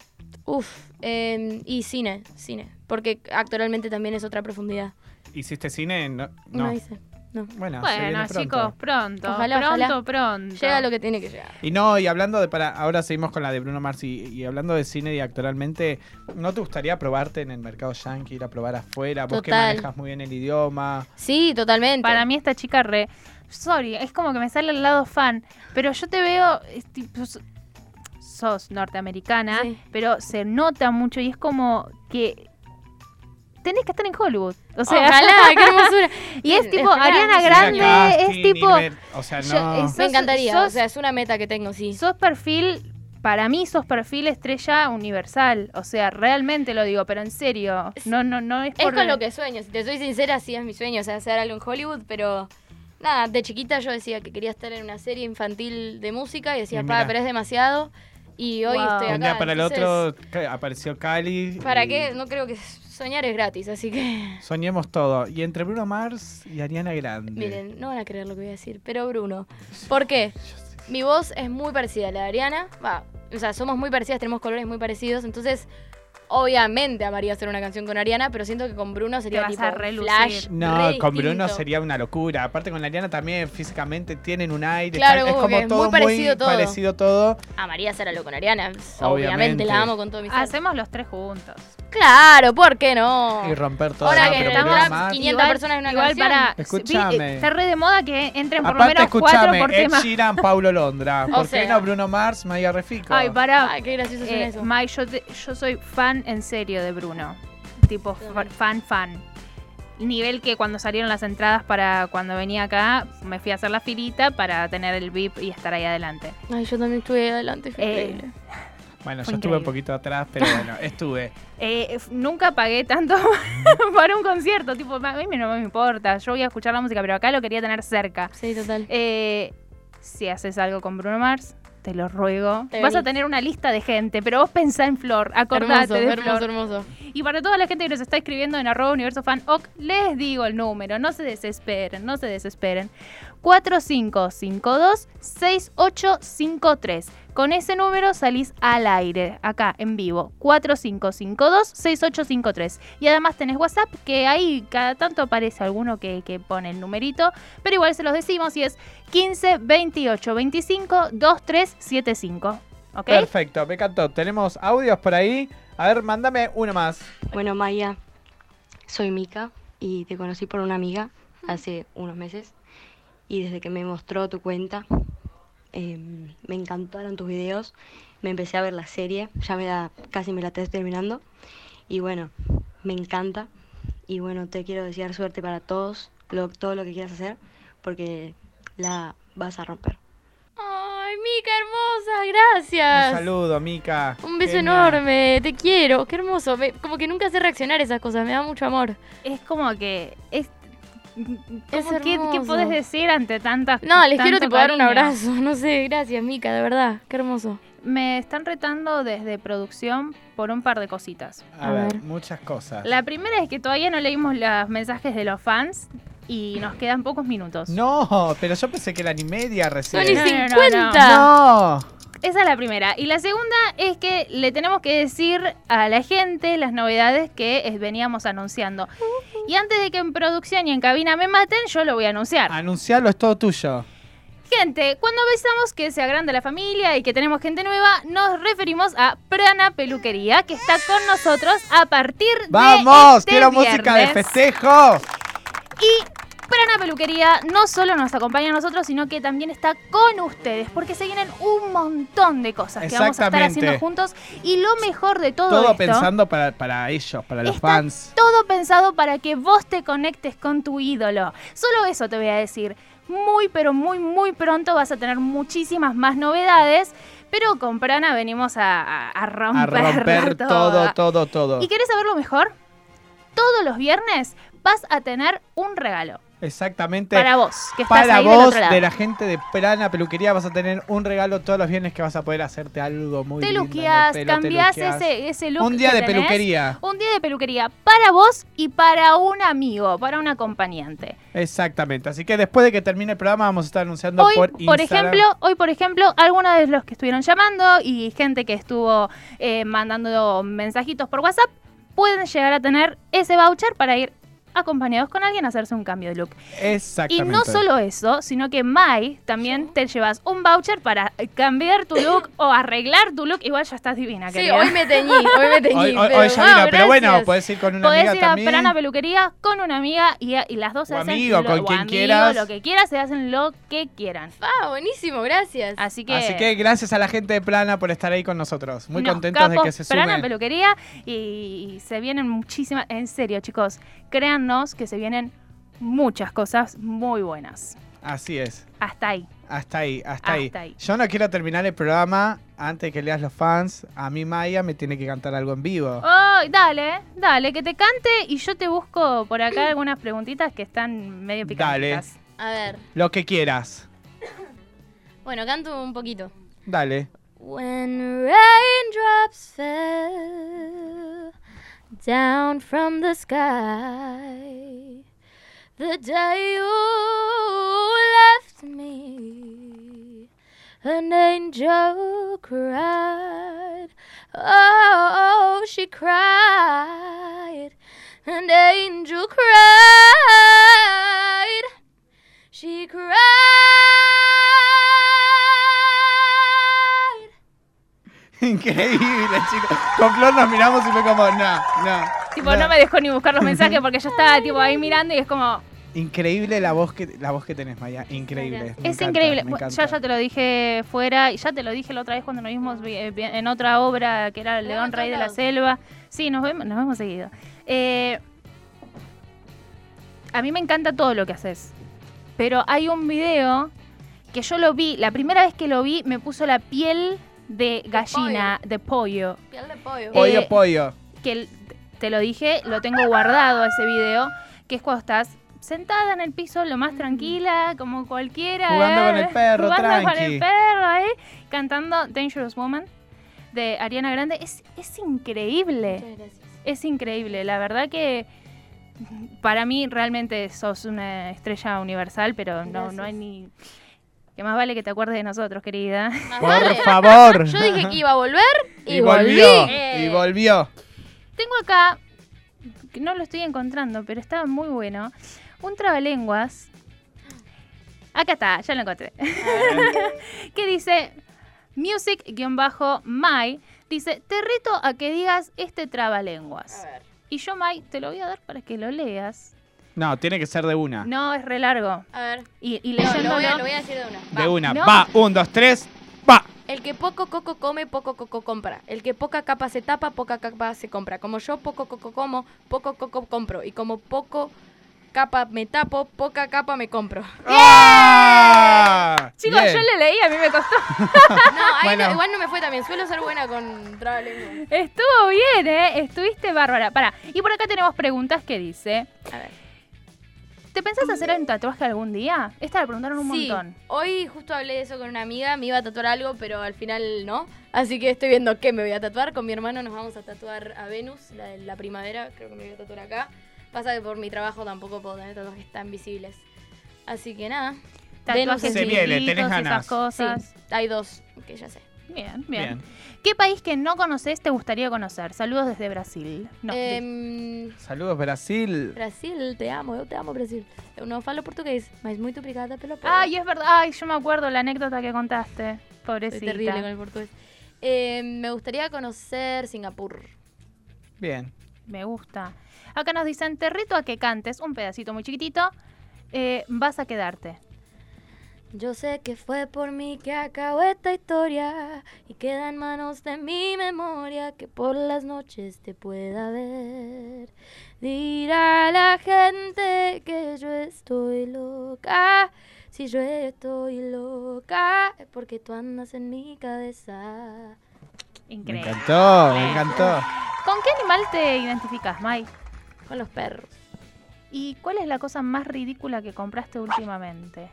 Uf, eh, y cine, cine. Porque actualmente también es otra profundidad. ¿Hiciste cine? No. No, no. hice. No. Bueno, se Bueno, viene pronto. chicos, pronto. Ojalá, pronto, ojalá. pronto. Llega lo que tiene que llegar. Y no, y hablando de para ahora seguimos con la de Bruno Mars y, y hablando de cine y actualmente, ¿no te gustaría probarte en el mercado yankee, ir a probar afuera? Vos que Total. manejas muy bien el idioma. Sí, totalmente. Para mí esta chica re... Sorry, es como que me sale el lado fan, pero yo te veo... es tipo, s- sos norteamericana, Sí. pero se nota mucho y es como que... Tenés que estar en Hollywood. O sea, Ojalá, qué hermosura. Y es tipo Ojalá. Ariana Ir a Grande, casting, es tipo... ir ver- o sea, yo- no. es- Me Sos- encantaría. sos- O sea, es una meta que tengo, sí. Sos perfil, para mí sos perfil estrella universal. O sea, realmente lo digo, pero en serio. No, no, no es Es por... con lo que sueño, si te soy sincera, sí es mi sueño, o sea, hacer algo en Hollywood, pero nada, de chiquita yo decía que quería estar en una serie infantil de música y decía, Y pa, mirá. pero es demasiado y hoy Wow. estoy acá. un día para el entonces, otro ca- apareció Cali. ¿Para y qué? No creo que soñar es gratis, así que... Soñemos todo. Y entre Bruno Mars y Ariana Grande. Miren, no van a creer lo que voy a decir, pero Bruno, ¿por qué? Mi voz es muy parecida a la de Ariana, va, o sea, somos muy parecidas, tenemos colores muy parecidos, entonces... Obviamente amaría hacer una canción con Ariana, pero siento que con Bruno sería vas tipo a relucir. flash. No, re con Bruno distinto. sería una locura. Aparte con la Ariana también físicamente tienen un aire. Claro, tal- es como como que es todo muy parecido todo. parecido todo. Amaría hacer algo con Ariana. Obviamente. Obviamente. la amo con todo mi ser. Hacemos los tres juntos. Claro, ¿por qué no? Y romper todo. Ahora No, que pero estamos Bruno trap Mars- 500 personas en una igual canción. para Escuchame. vi- eh, Está re de moda que entren por Aparte, eh, lo menos cuatro escúchame, por Ed tema. Sheeran, Paulo Londra. ¿Por qué sea. no Bruno Mars, Maya Refico? Ay, para. Ay, Ah, qué gracioso es Eh, eso. Mai, yo, te- yo soy fan en serio de Bruno. Tipo, fa- fan, fan. Nivel que cuando salieron las entradas para cuando venía acá, me fui a hacer la filita para tener el VIP y estar ahí adelante. Ay, yo también estuve adelante, fue Eh, increíble. bueno, yo fue estuve un increíble. poquito atrás, pero bueno, estuve. Eh, f- nunca pagué tanto para un concierto. Tipo, a mí no me importa. Yo voy a escuchar la música, pero acá lo quería tener cerca. Sí, total. Eh, si haces algo con Bruno Mars, te lo ruego. Te Vas a venís. tener una lista de gente, pero vos pensá en Flor, acordate Hermoso, de hermoso, Flor. hermoso. Y para toda la gente que nos está escribiendo en arroba universo fan ok, les digo el número, no se desesperen, no se desesperen. 4552-6853. Con ese número salís al aire, acá en vivo. 4552-6853. Y además tenés WhatsApp, que ahí cada tanto aparece alguno que, que pone el numerito, pero igual se los decimos y es 15 28 25 2375. ¿Ok? Perfecto, me encantó. Tenemos audios por ahí. A ver, mándame uno más. Bueno, Maya, soy Mika y te conocí por una amiga hace unos meses y desde que me mostró tu cuenta eh, me encantaron tus videos, me empecé a ver la serie, ya me la, casi me la estoy terminando y bueno, me encanta y bueno, te quiero desear suerte para todos, lo- todo lo que quieras hacer porque la vas a romper. Ay, Mica, hermosa, Un gracias. saludo, Mica. Un beso Genia. enorme, te quiero, qué hermoso. Me- como que nunca sé reaccionar a esas cosas, me da mucho amor. es como que es, Es ¿cómo- ¿qué, qué hermoso. podés decir ante tantas No, les quiero tanto te puedo dar un cariño? abrazo, no sé, gracias Mica, de verdad, qué hermoso. Me están retando desde producción por un par de cositas. A ver, muchas cosas. La primera es que todavía no leímos los mensajes de los fans y nos quedan pocos minutos. No, pero yo pensé que era ni media Son recién. y No, no, no, 50. No. Esa es la primera. Y la segunda es que le tenemos que decir a la gente las novedades que eh, veníamos anunciando. Uh-huh. Y antes de que en producción y en cabina me maten, yo lo voy a anunciar. Anunciarlo es todo tuyo. Gente, cuando avisamos que se agranda la familia y que tenemos gente nueva, nos referimos a Prana Peluquería, que está con nosotros a partir de ¡Vamos! este ¡Quiero música de viernes. festejo! Y Prana Peluquería no solo nos acompaña a nosotros, sino que también está con ustedes, porque se vienen un montón de cosas que vamos a estar Exactamente. haciendo juntos. Y lo mejor de todo, Todo, esto, pensando para, para ellos, para los Está fans. todo pensado para que vos te conectes con tu ídolo. Solo eso te voy a decir. Muy, pero muy, muy pronto vas a tener muchísimas más novedades. Pero con Prana venimos a, a- a A romperla romper todo, toda. todo, todo. ¿Y querés saber lo mejor? Todos los viernes vas a tener un regalo Exactamente. para vos, que estás Para ahí del vos, otro lado. de la gente de Prana Peluquería, vas a tener un regalo todos los viernes que vas a poder hacerte algo muy Te lindo en el luqueás, pelo, te cambiás luqueás. ese, ese look. Un día que de tenés. peluquería. Un día de peluquería para vos y para un amigo, para un acompañante. Exactamente. Así que después de que termine el programa, vamos a estar anunciando hoy, por por, Instagram. ejemplo, hoy, por ejemplo, algunos de los que estuvieron llamando y gente que estuvo eh, mandando mensajitos por WhatsApp pueden llegar a tener ese voucher para ir acompañados con alguien a hacerse un cambio de look. Y Exactamente. no solo eso, sino que Mai también te llevas un voucher para eh, cambiar tu look o arreglar tu look. Igual ya estás divina, Sí, querida. hoy me teñí, hoy me teñí. Hoy, hoy- pero, hoy ya vino, wow, pero bueno, pues. gracias. podés ir con una Podés amiga ir también. a Prana Peluquería con una amiga y, a- y las dos O se hacen amigo, lo, con o quien amigo, quieras. lo que quieras, se hacen lo que quieran. Ah, buenísimo, gracias. Así que, Así que gracias a la gente de Plana por estar ahí con nosotros. Muy unos contentos de capos, que se Prana sumen. Peluquería y, y se vienen muchísimas, en serio chicos, créannos que se vienen muchas cosas muy buenas. Así es. Hasta ahí. Hasta ahí, hasta, Hasta ahí. ahí. Yo no quiero terminar el programa antes de que leas los fans. A mí Maya me tiene que cantar algo en Oh, vivo. Ay, dale, Mm. dale, que te cante y yo te busco por acá algunas preguntitas que están medio picantes. A ver, Lo que quieras. bueno, canto un poquito. Dale. When raindrops fell down from the sky, the day you left me, an angel cried. Oh, she cried. An angel cried. She cried. Increíble, chicos. Con Flor nos miramos y fue como, no, no. Tipo, no me dejó ni buscar los mensajes porque yo estaba tipo ahí mirando y es como, Increíble la voz que la voz que tenés, Maya. Increíble. Me Es encanta, increíble. me Bu- encanta. Ya, ya te lo dije fuera y ya te lo dije la otra vez cuando nos vimos vi- eh, vi- en otra obra que era El Nos León vemos Rey de todos la lados. Selva. Sí, nos vemos, nos vemos seguido. Eh, a mí me encanta todo lo que haces, pero hay un video que yo lo vi, la primera vez que lo vi me puso la piel de gallina, de pollo, Piel de pollo. Eh, Pollo, pollo. que el- te lo dije, lo tengo guardado ese video, que es cuando estás sentada en el piso, lo más tranquila, como cualquiera. Jugando ¿eh? con el perro, Jugando con tranqui. el perro, ahí, cantando Dangerous Woman de Ariana Grande. Es, es increíble, Muchas gracias. es increíble. La verdad que para mí realmente sos una estrella universal, pero no, no hay ni... Que más vale que te acuerdes de nosotros, querida. Más Por vale. favor. Yo dije que iba a volver y, y volví. volvió. Eh, Y volvió. Tengo acá, que no lo estoy encontrando, pero estaba muy bueno, un trabalenguas. Acá está, ya lo encontré. que dice music-my, dice, te reto a que digas este trabalenguas. A ver. Y yo, Mai, te lo voy a dar para que lo leas. No, tiene que ser de una. No, es re largo. A ver. Y, y No, lo, leyéndolo- voy a, lo voy a decir de una. de Va. una. no. Va, un, dos, tres. Va. El que poco coco come, poco coco compra. El que poca capa se tapa, poca capa se compra. Como yo poco coco como, poco coco compro. Y como poco capa me tapo, poca capa me compro. ¡Ah! Chicos, Bien. yo le leí, a mí me costó. No, ahí Bueno. no- igual no me fue también. Suelo ser buena con trabalenguas. Estuvo bien, ¿eh? Estuviste bárbara. Pará, y por acá tenemos preguntas que dice... A ver. ¿Te pensás hacer un tatuaje algún día? Esta la preguntaron un Sí, montón. hoy justo hablé de eso con una amiga, me iba a tatuar algo, pero al final no. Así que estoy viendo qué me voy a tatuar. Con mi hermano nos vamos a tatuar a Venus, la de la primavera, creo que me voy a tatuar acá. Pasa que por mi trabajo tampoco puedo tener tatuajes tan visibles. Así que nada. Venus Tatuajes en Se sí. viene, tenés chiquititos, ganas. Esas cosas. Sí, hay dos que ya sé. Bien, bien, Bien. ¿Qué país que no conoces te gustaría conocer? Saludos desde Brasil. No, di- Em, Saludos, Brasil. Brasil, te amo, eu te amo, Brasil. Eu não falo português, mas muito obrigada pelo apoio. Ay, es verdad. Ay, yo me acuerdo la anécdota que contaste. Soy Pobrecita. terrible con el portugués. Em, me gustaría conocer Singapur. Bien. Me gusta. Acá nos dicen, te reto a que cantes un pedacito muy chiquitito eh, vas a quedarte? Yo sé que fue por mí que acabó esta historia y queda en manos de mi memoria que por las noches te pueda ver. Dirá la gente que yo estoy loca, si yo estoy loca es porque tú andas en mi cabeza. Me Increíble. encantó, me encantó. ¿Con qué animal te identificas, Mai? Con los perros. ¿Y cuál es la cosa más ridícula que compraste últimamente?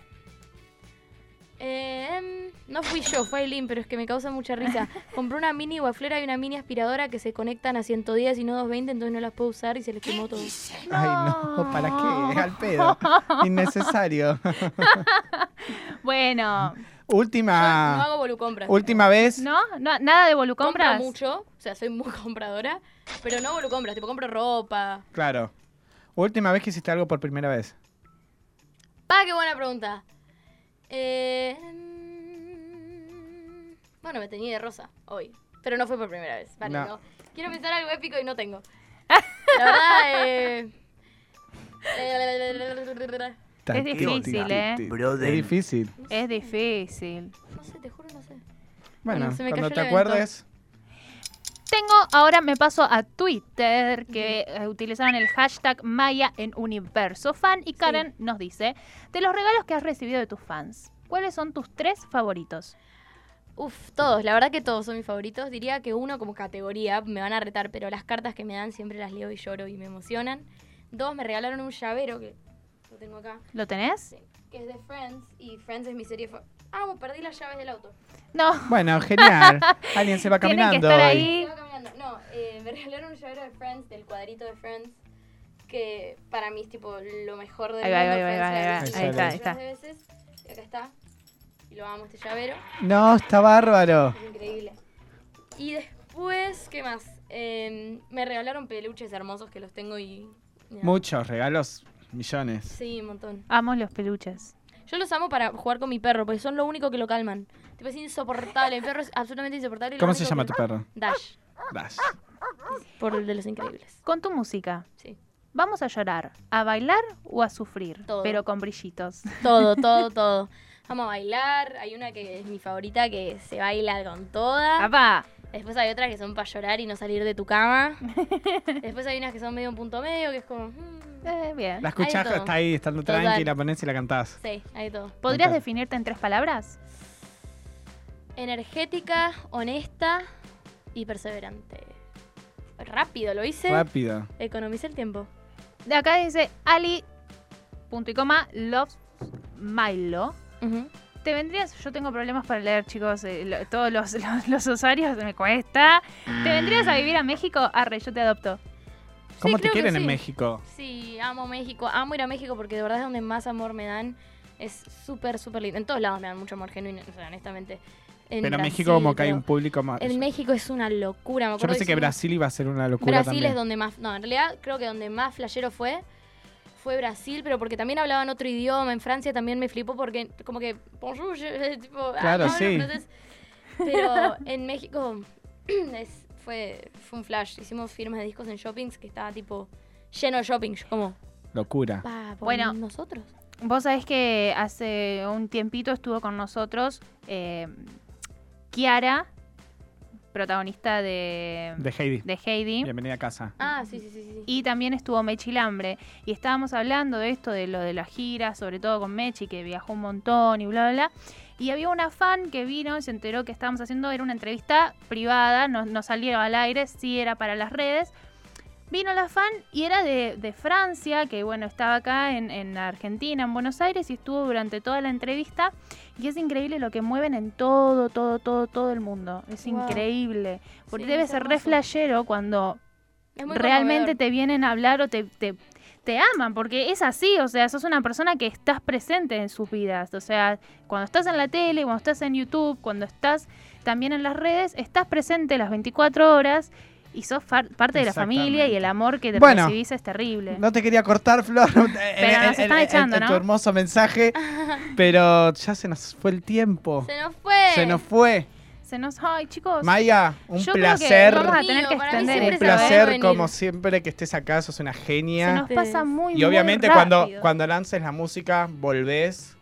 Em, no fui yo, fue Aileen, pero es que me causa mucha risa. Compré una mini waflera y una mini aspiradora que se conectan a 110 y no 220, entonces no las puedo usar y se les quemó todo. Ay, no, ¿para qué? Al pedo. Innecesario. Bueno, No Última. hago volucompras. Última vez. ¿no? no nada de volucompras? Compro mucho, o sea, soy muy compradora, pero no volucompras, tipo compro ropa. Claro. Última vez que hiciste algo por primera vez. Pa, qué buena pregunta. Eh, mm, bueno, me teñí de rosa hoy, pero no fue por primera vez. Vale, No. no. Quiero pensar algo épico y no tengo. La verdad, eh, eh, Es difícil, ¿eh? Es difícil. Es difícil. No sé, te juro, no sé. Bueno, Bueno, se me cuando cayó te el evento. acuerdes. Tengo, ahora me paso a Twitter, que eh, utilizaron el hashtag Maya en Universo Fan. Y Karen nos dice, de los regalos que has recibido de tus fans, ¿cuáles son tus tres favoritos? Uf, todos, la verdad que todos son mis favoritos. Diría que uno como categoría, me van a retar, pero las cartas que me dan siempre las leo y lloro y me emocionan. Dos, me regalaron un llavero que lo tengo acá, ¿Lo tenés? que es de Friends y Friends es mi serie fa- Ah, bueno, perdí las llaves del auto. No. Bueno, genial. Alguien se va Tienen que caminando. estar hoy. ahí. Estaba caminando. No, eh, me regalaron un llavero de Friends, del cuadrito de Friends, que para mí es tipo lo mejor del Ahí va, mundo. ahí va, ahí va, ahí va, Friends, ahí la va. he Ahí está, visto millones de veces. Y acá está. Y lo amo este llavero. No, está bárbaro. Es increíble. Y después, ¿qué más? Eh, me regalaron peluches hermosos que los tengo y... nada. Muchos regalos, millones. Sí, un montón. Amo los peluches. Yo los amo para jugar con mi perro, porque son lo único que lo calman. Tipo, es insoportable. Mi perro es absolutamente insoportable. y lo ¿Cómo se único llama que- tu perro? Dash, Dash. por el de los increíbles. Con tu música. Sí. Vamos a llorar, a bailar o a sufrir, Todo. pero con brillitos. Todo, todo, todo. Vamos a bailar. Hay una que es mi favorita, que se baila con toda. ¡Apá! Después hay otras que son para llorar y no salir de tu cama. Después hay unas que son medio un punto medio, que es como... mm, Eh, bien. La escuchás, Ahí todo. está ahí, estando Total. tranqui, la ponés y la cantás. Sí, hay todo. ¿Podrías encanta. definirte en tres palabras? Energética, honesta y perseverante. Rápido, lo hice. Rápido. Economicé el tiempo. De acá dice Ali, punto y coma, loves Milo. ¿Te vendrías? Yo tengo problemas para leer, chicos. eh, lo- todos los, los, los usuarios me cuesta. ¿Te vendrías a vivir a México? Arre, yo te adopto. ¿Cómo te creo que quieren en sí. México? Sí, amo México. Amo ir a México porque de verdad es donde más amor me dan. Es súper, súper lindo. En todos lados me dan mucho amor genuino, o sea, honestamente. En Pero en Brasil, México como que hay pero- un público más. En México es una locura. Me Yo acuerdo pensé que hicimos- Brasil iba a ser una locura Brasil también. es donde más... No, en realidad creo que donde más flashero fue fue Brasil, pero porque también hablaban otro idioma. En Francia también me flipó porque como que... bonjour, je- tipo, ah, Claro, no hablo sí. francés. Pero en México es- fue, fue un flash. Hicimos firmas de discos en shoppings que estaba tipo lleno de shopping. Yo como, Locura. pa, por Bueno. nosotros. Vos sabés que hace un tiempito estuvo con nosotros eh, Kiara, protagonista de, De Heidi. de Heidi. Bienvenida a casa. Ah, sí, sí, sí. sí. Y también estuvo Mechi Lambre. Y estábamos hablando de esto, de lo de las giras, sobre todo con Mechi, que viajó un montón y bla, bla, bla. Y había una fan que vino y se enteró que estábamos haciendo, era una entrevista privada, no, no salía al aire, sí era para las redes. Vino la fan y era de, de Francia, que bueno, estaba acá en, en Argentina, en Buenos Aires, y estuvo durante toda la entrevista. Y es increíble lo que mueven en todo, todo, todo, todo el mundo. Es Wow. increíble. Porque Sí, debe es ser re hermoso. flashero cuando Es muy realmente conmovedor. te vienen a hablar o te, te, te aman, porque es así, o sea, sos una persona que estás presente en sus vidas, o sea, cuando estás en la tele, cuando estás en YouTube, cuando estás también en las redes, estás presente las 24 horas y sos far- parte de la familia y el amor que te Bueno. recibís es terrible. No te quería cortar, Flor, en, en- nos en- están en- echando, en tu ¿no? hermoso mensaje, pero ya se nos fue el tiempo. Se nos fue. Se nos fue. se nos. Ay, chicos. Maya, un yo creo que placer. vamos a tener que Mío, para mí extender siempre Un esto. se va a ¿eh? placer, venir. como siempre, que estés acá, sos una Se genia. nos pasa muy Y obviamente muy cuando, rápido. cuando lances la música, volvés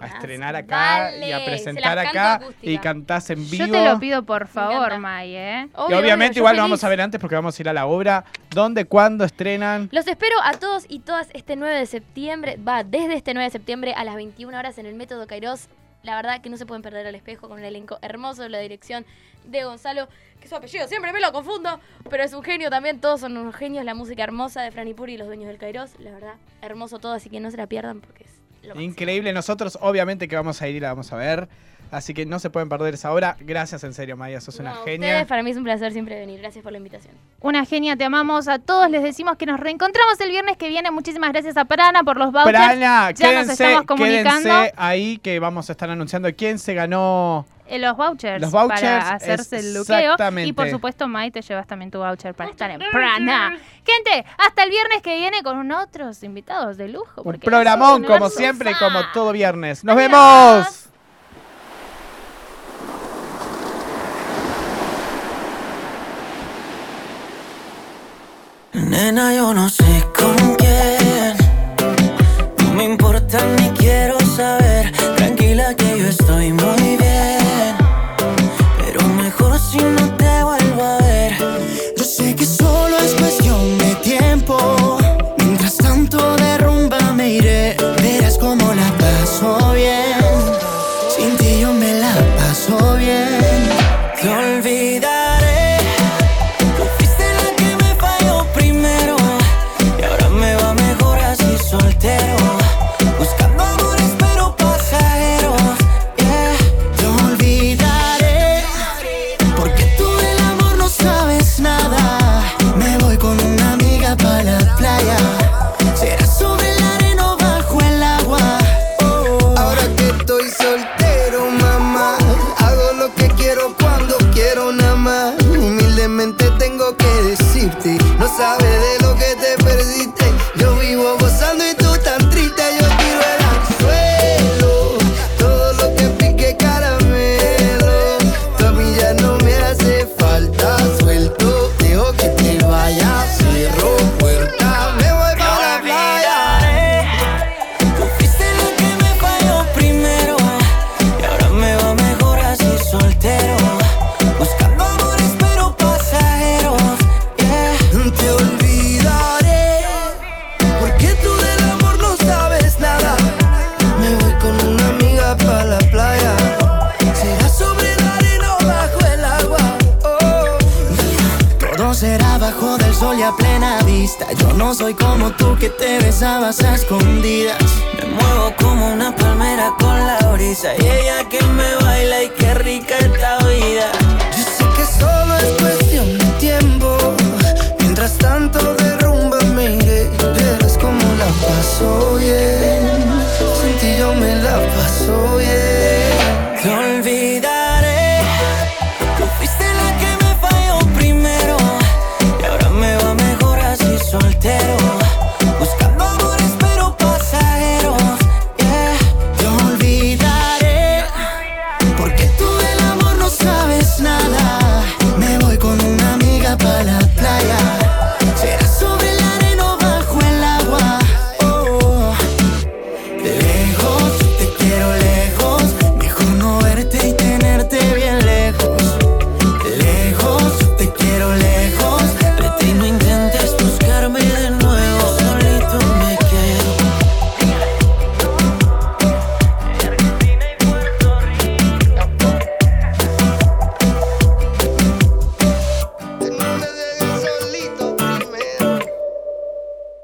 a estrenar acá y vale, se a las presentar canto acá acústica. y cantás en vivo. Yo te lo pido, por favor, encanta. May, ¿eh? y Obvio, obviamente obvio, yo igual lo feliz. vamos a ver antes porque vamos a ir a la obra. ¿Dónde, cuándo estrenan? Los espero a todos y todas este 9 de septiembre, va desde este 9 de septiembre a las 21 horas en el Método Kairos. La verdad que no se pueden perder al espejo con un elenco hermoso, la dirección de Gonzalo, que su apellido siempre me lo confundo, pero es un genio también, todos son unos genios, la música hermosa de Fran y Puri y los dueños del Kairos, la verdad, hermoso todo, así que no se la pierdan porque es lo máximo. Increíble. Nosotros obviamente que vamos a ir y la vamos a ver. Así que no se pueden perder esa hora. Gracias en serio, Maya, sos una No, genia. ustedes, para mí es un placer siempre venir, gracias por la invitación. Una genia, te amamos a todos. Les decimos que nos reencontramos el viernes que viene. Muchísimas gracias a Prana por los vouchers. Prana, ya nos quédense, estamos comunicando. quédense ahí que vamos a estar anunciando quién se ganó. Eh, los vouchers. Los vouchers, Para hacerse el luqueo. exactamente. Y por supuesto, May, te llevas también tu voucher para estar en Prana. Gente, hasta el viernes que viene con otros invitados de lujo. Un porque eso programón, es como Universo Ah. siempre, Sa. como todo viernes. ¡Nos Adiós. vemos! Nena, yo no sé con quién. No me importa ni quiero saber. Tranquila que yo estoy muy bien. Pero mejor si no te vuelvo a ver. Yo sé que solo es cuestión de tiempo. Mientras tanto derrumba me iré. Verás como la paso bien. Sin ti yo me la paso bien. Te olvidaré. Tú fuiste la que me falló primero Y ahora me va mejor así soltero Buscando amores pero pasajero Yeah. Te olvidaré Porque tú del amor no sabes nada Me voy con una amiga para la playa Será sobre la arena o bajo el agua Oh. Ahora que estoy soltero, mamá, hago lo que quiero cuando quiero nada más. Humildemente tengo que decirte, no sabes de lo que te perdiste. Yo vivo gozando y tú tan triste, yo tiro el anzuelo. Todo lo que pique caramelo, tú a mí ya no me hace falta. Suelto, dejo que te vayas, cierro puerta, me voy para la playa. Tú fuiste la que me falló primero Y ahora me va mejor así soltero Buscando amores pero pasajeros yeah. Te olvidaré, porque tú del amor no sabes nada. Me voy con una amiga para la playa. Será sobre la arena o bajo el agua. Oh. Todo será bajo del sol y a plena vista Yo no soy como tú que te besabas a escondidas Me muevo como una palmera con la brisa Y ella que me baila y qué rica esta vida Oh,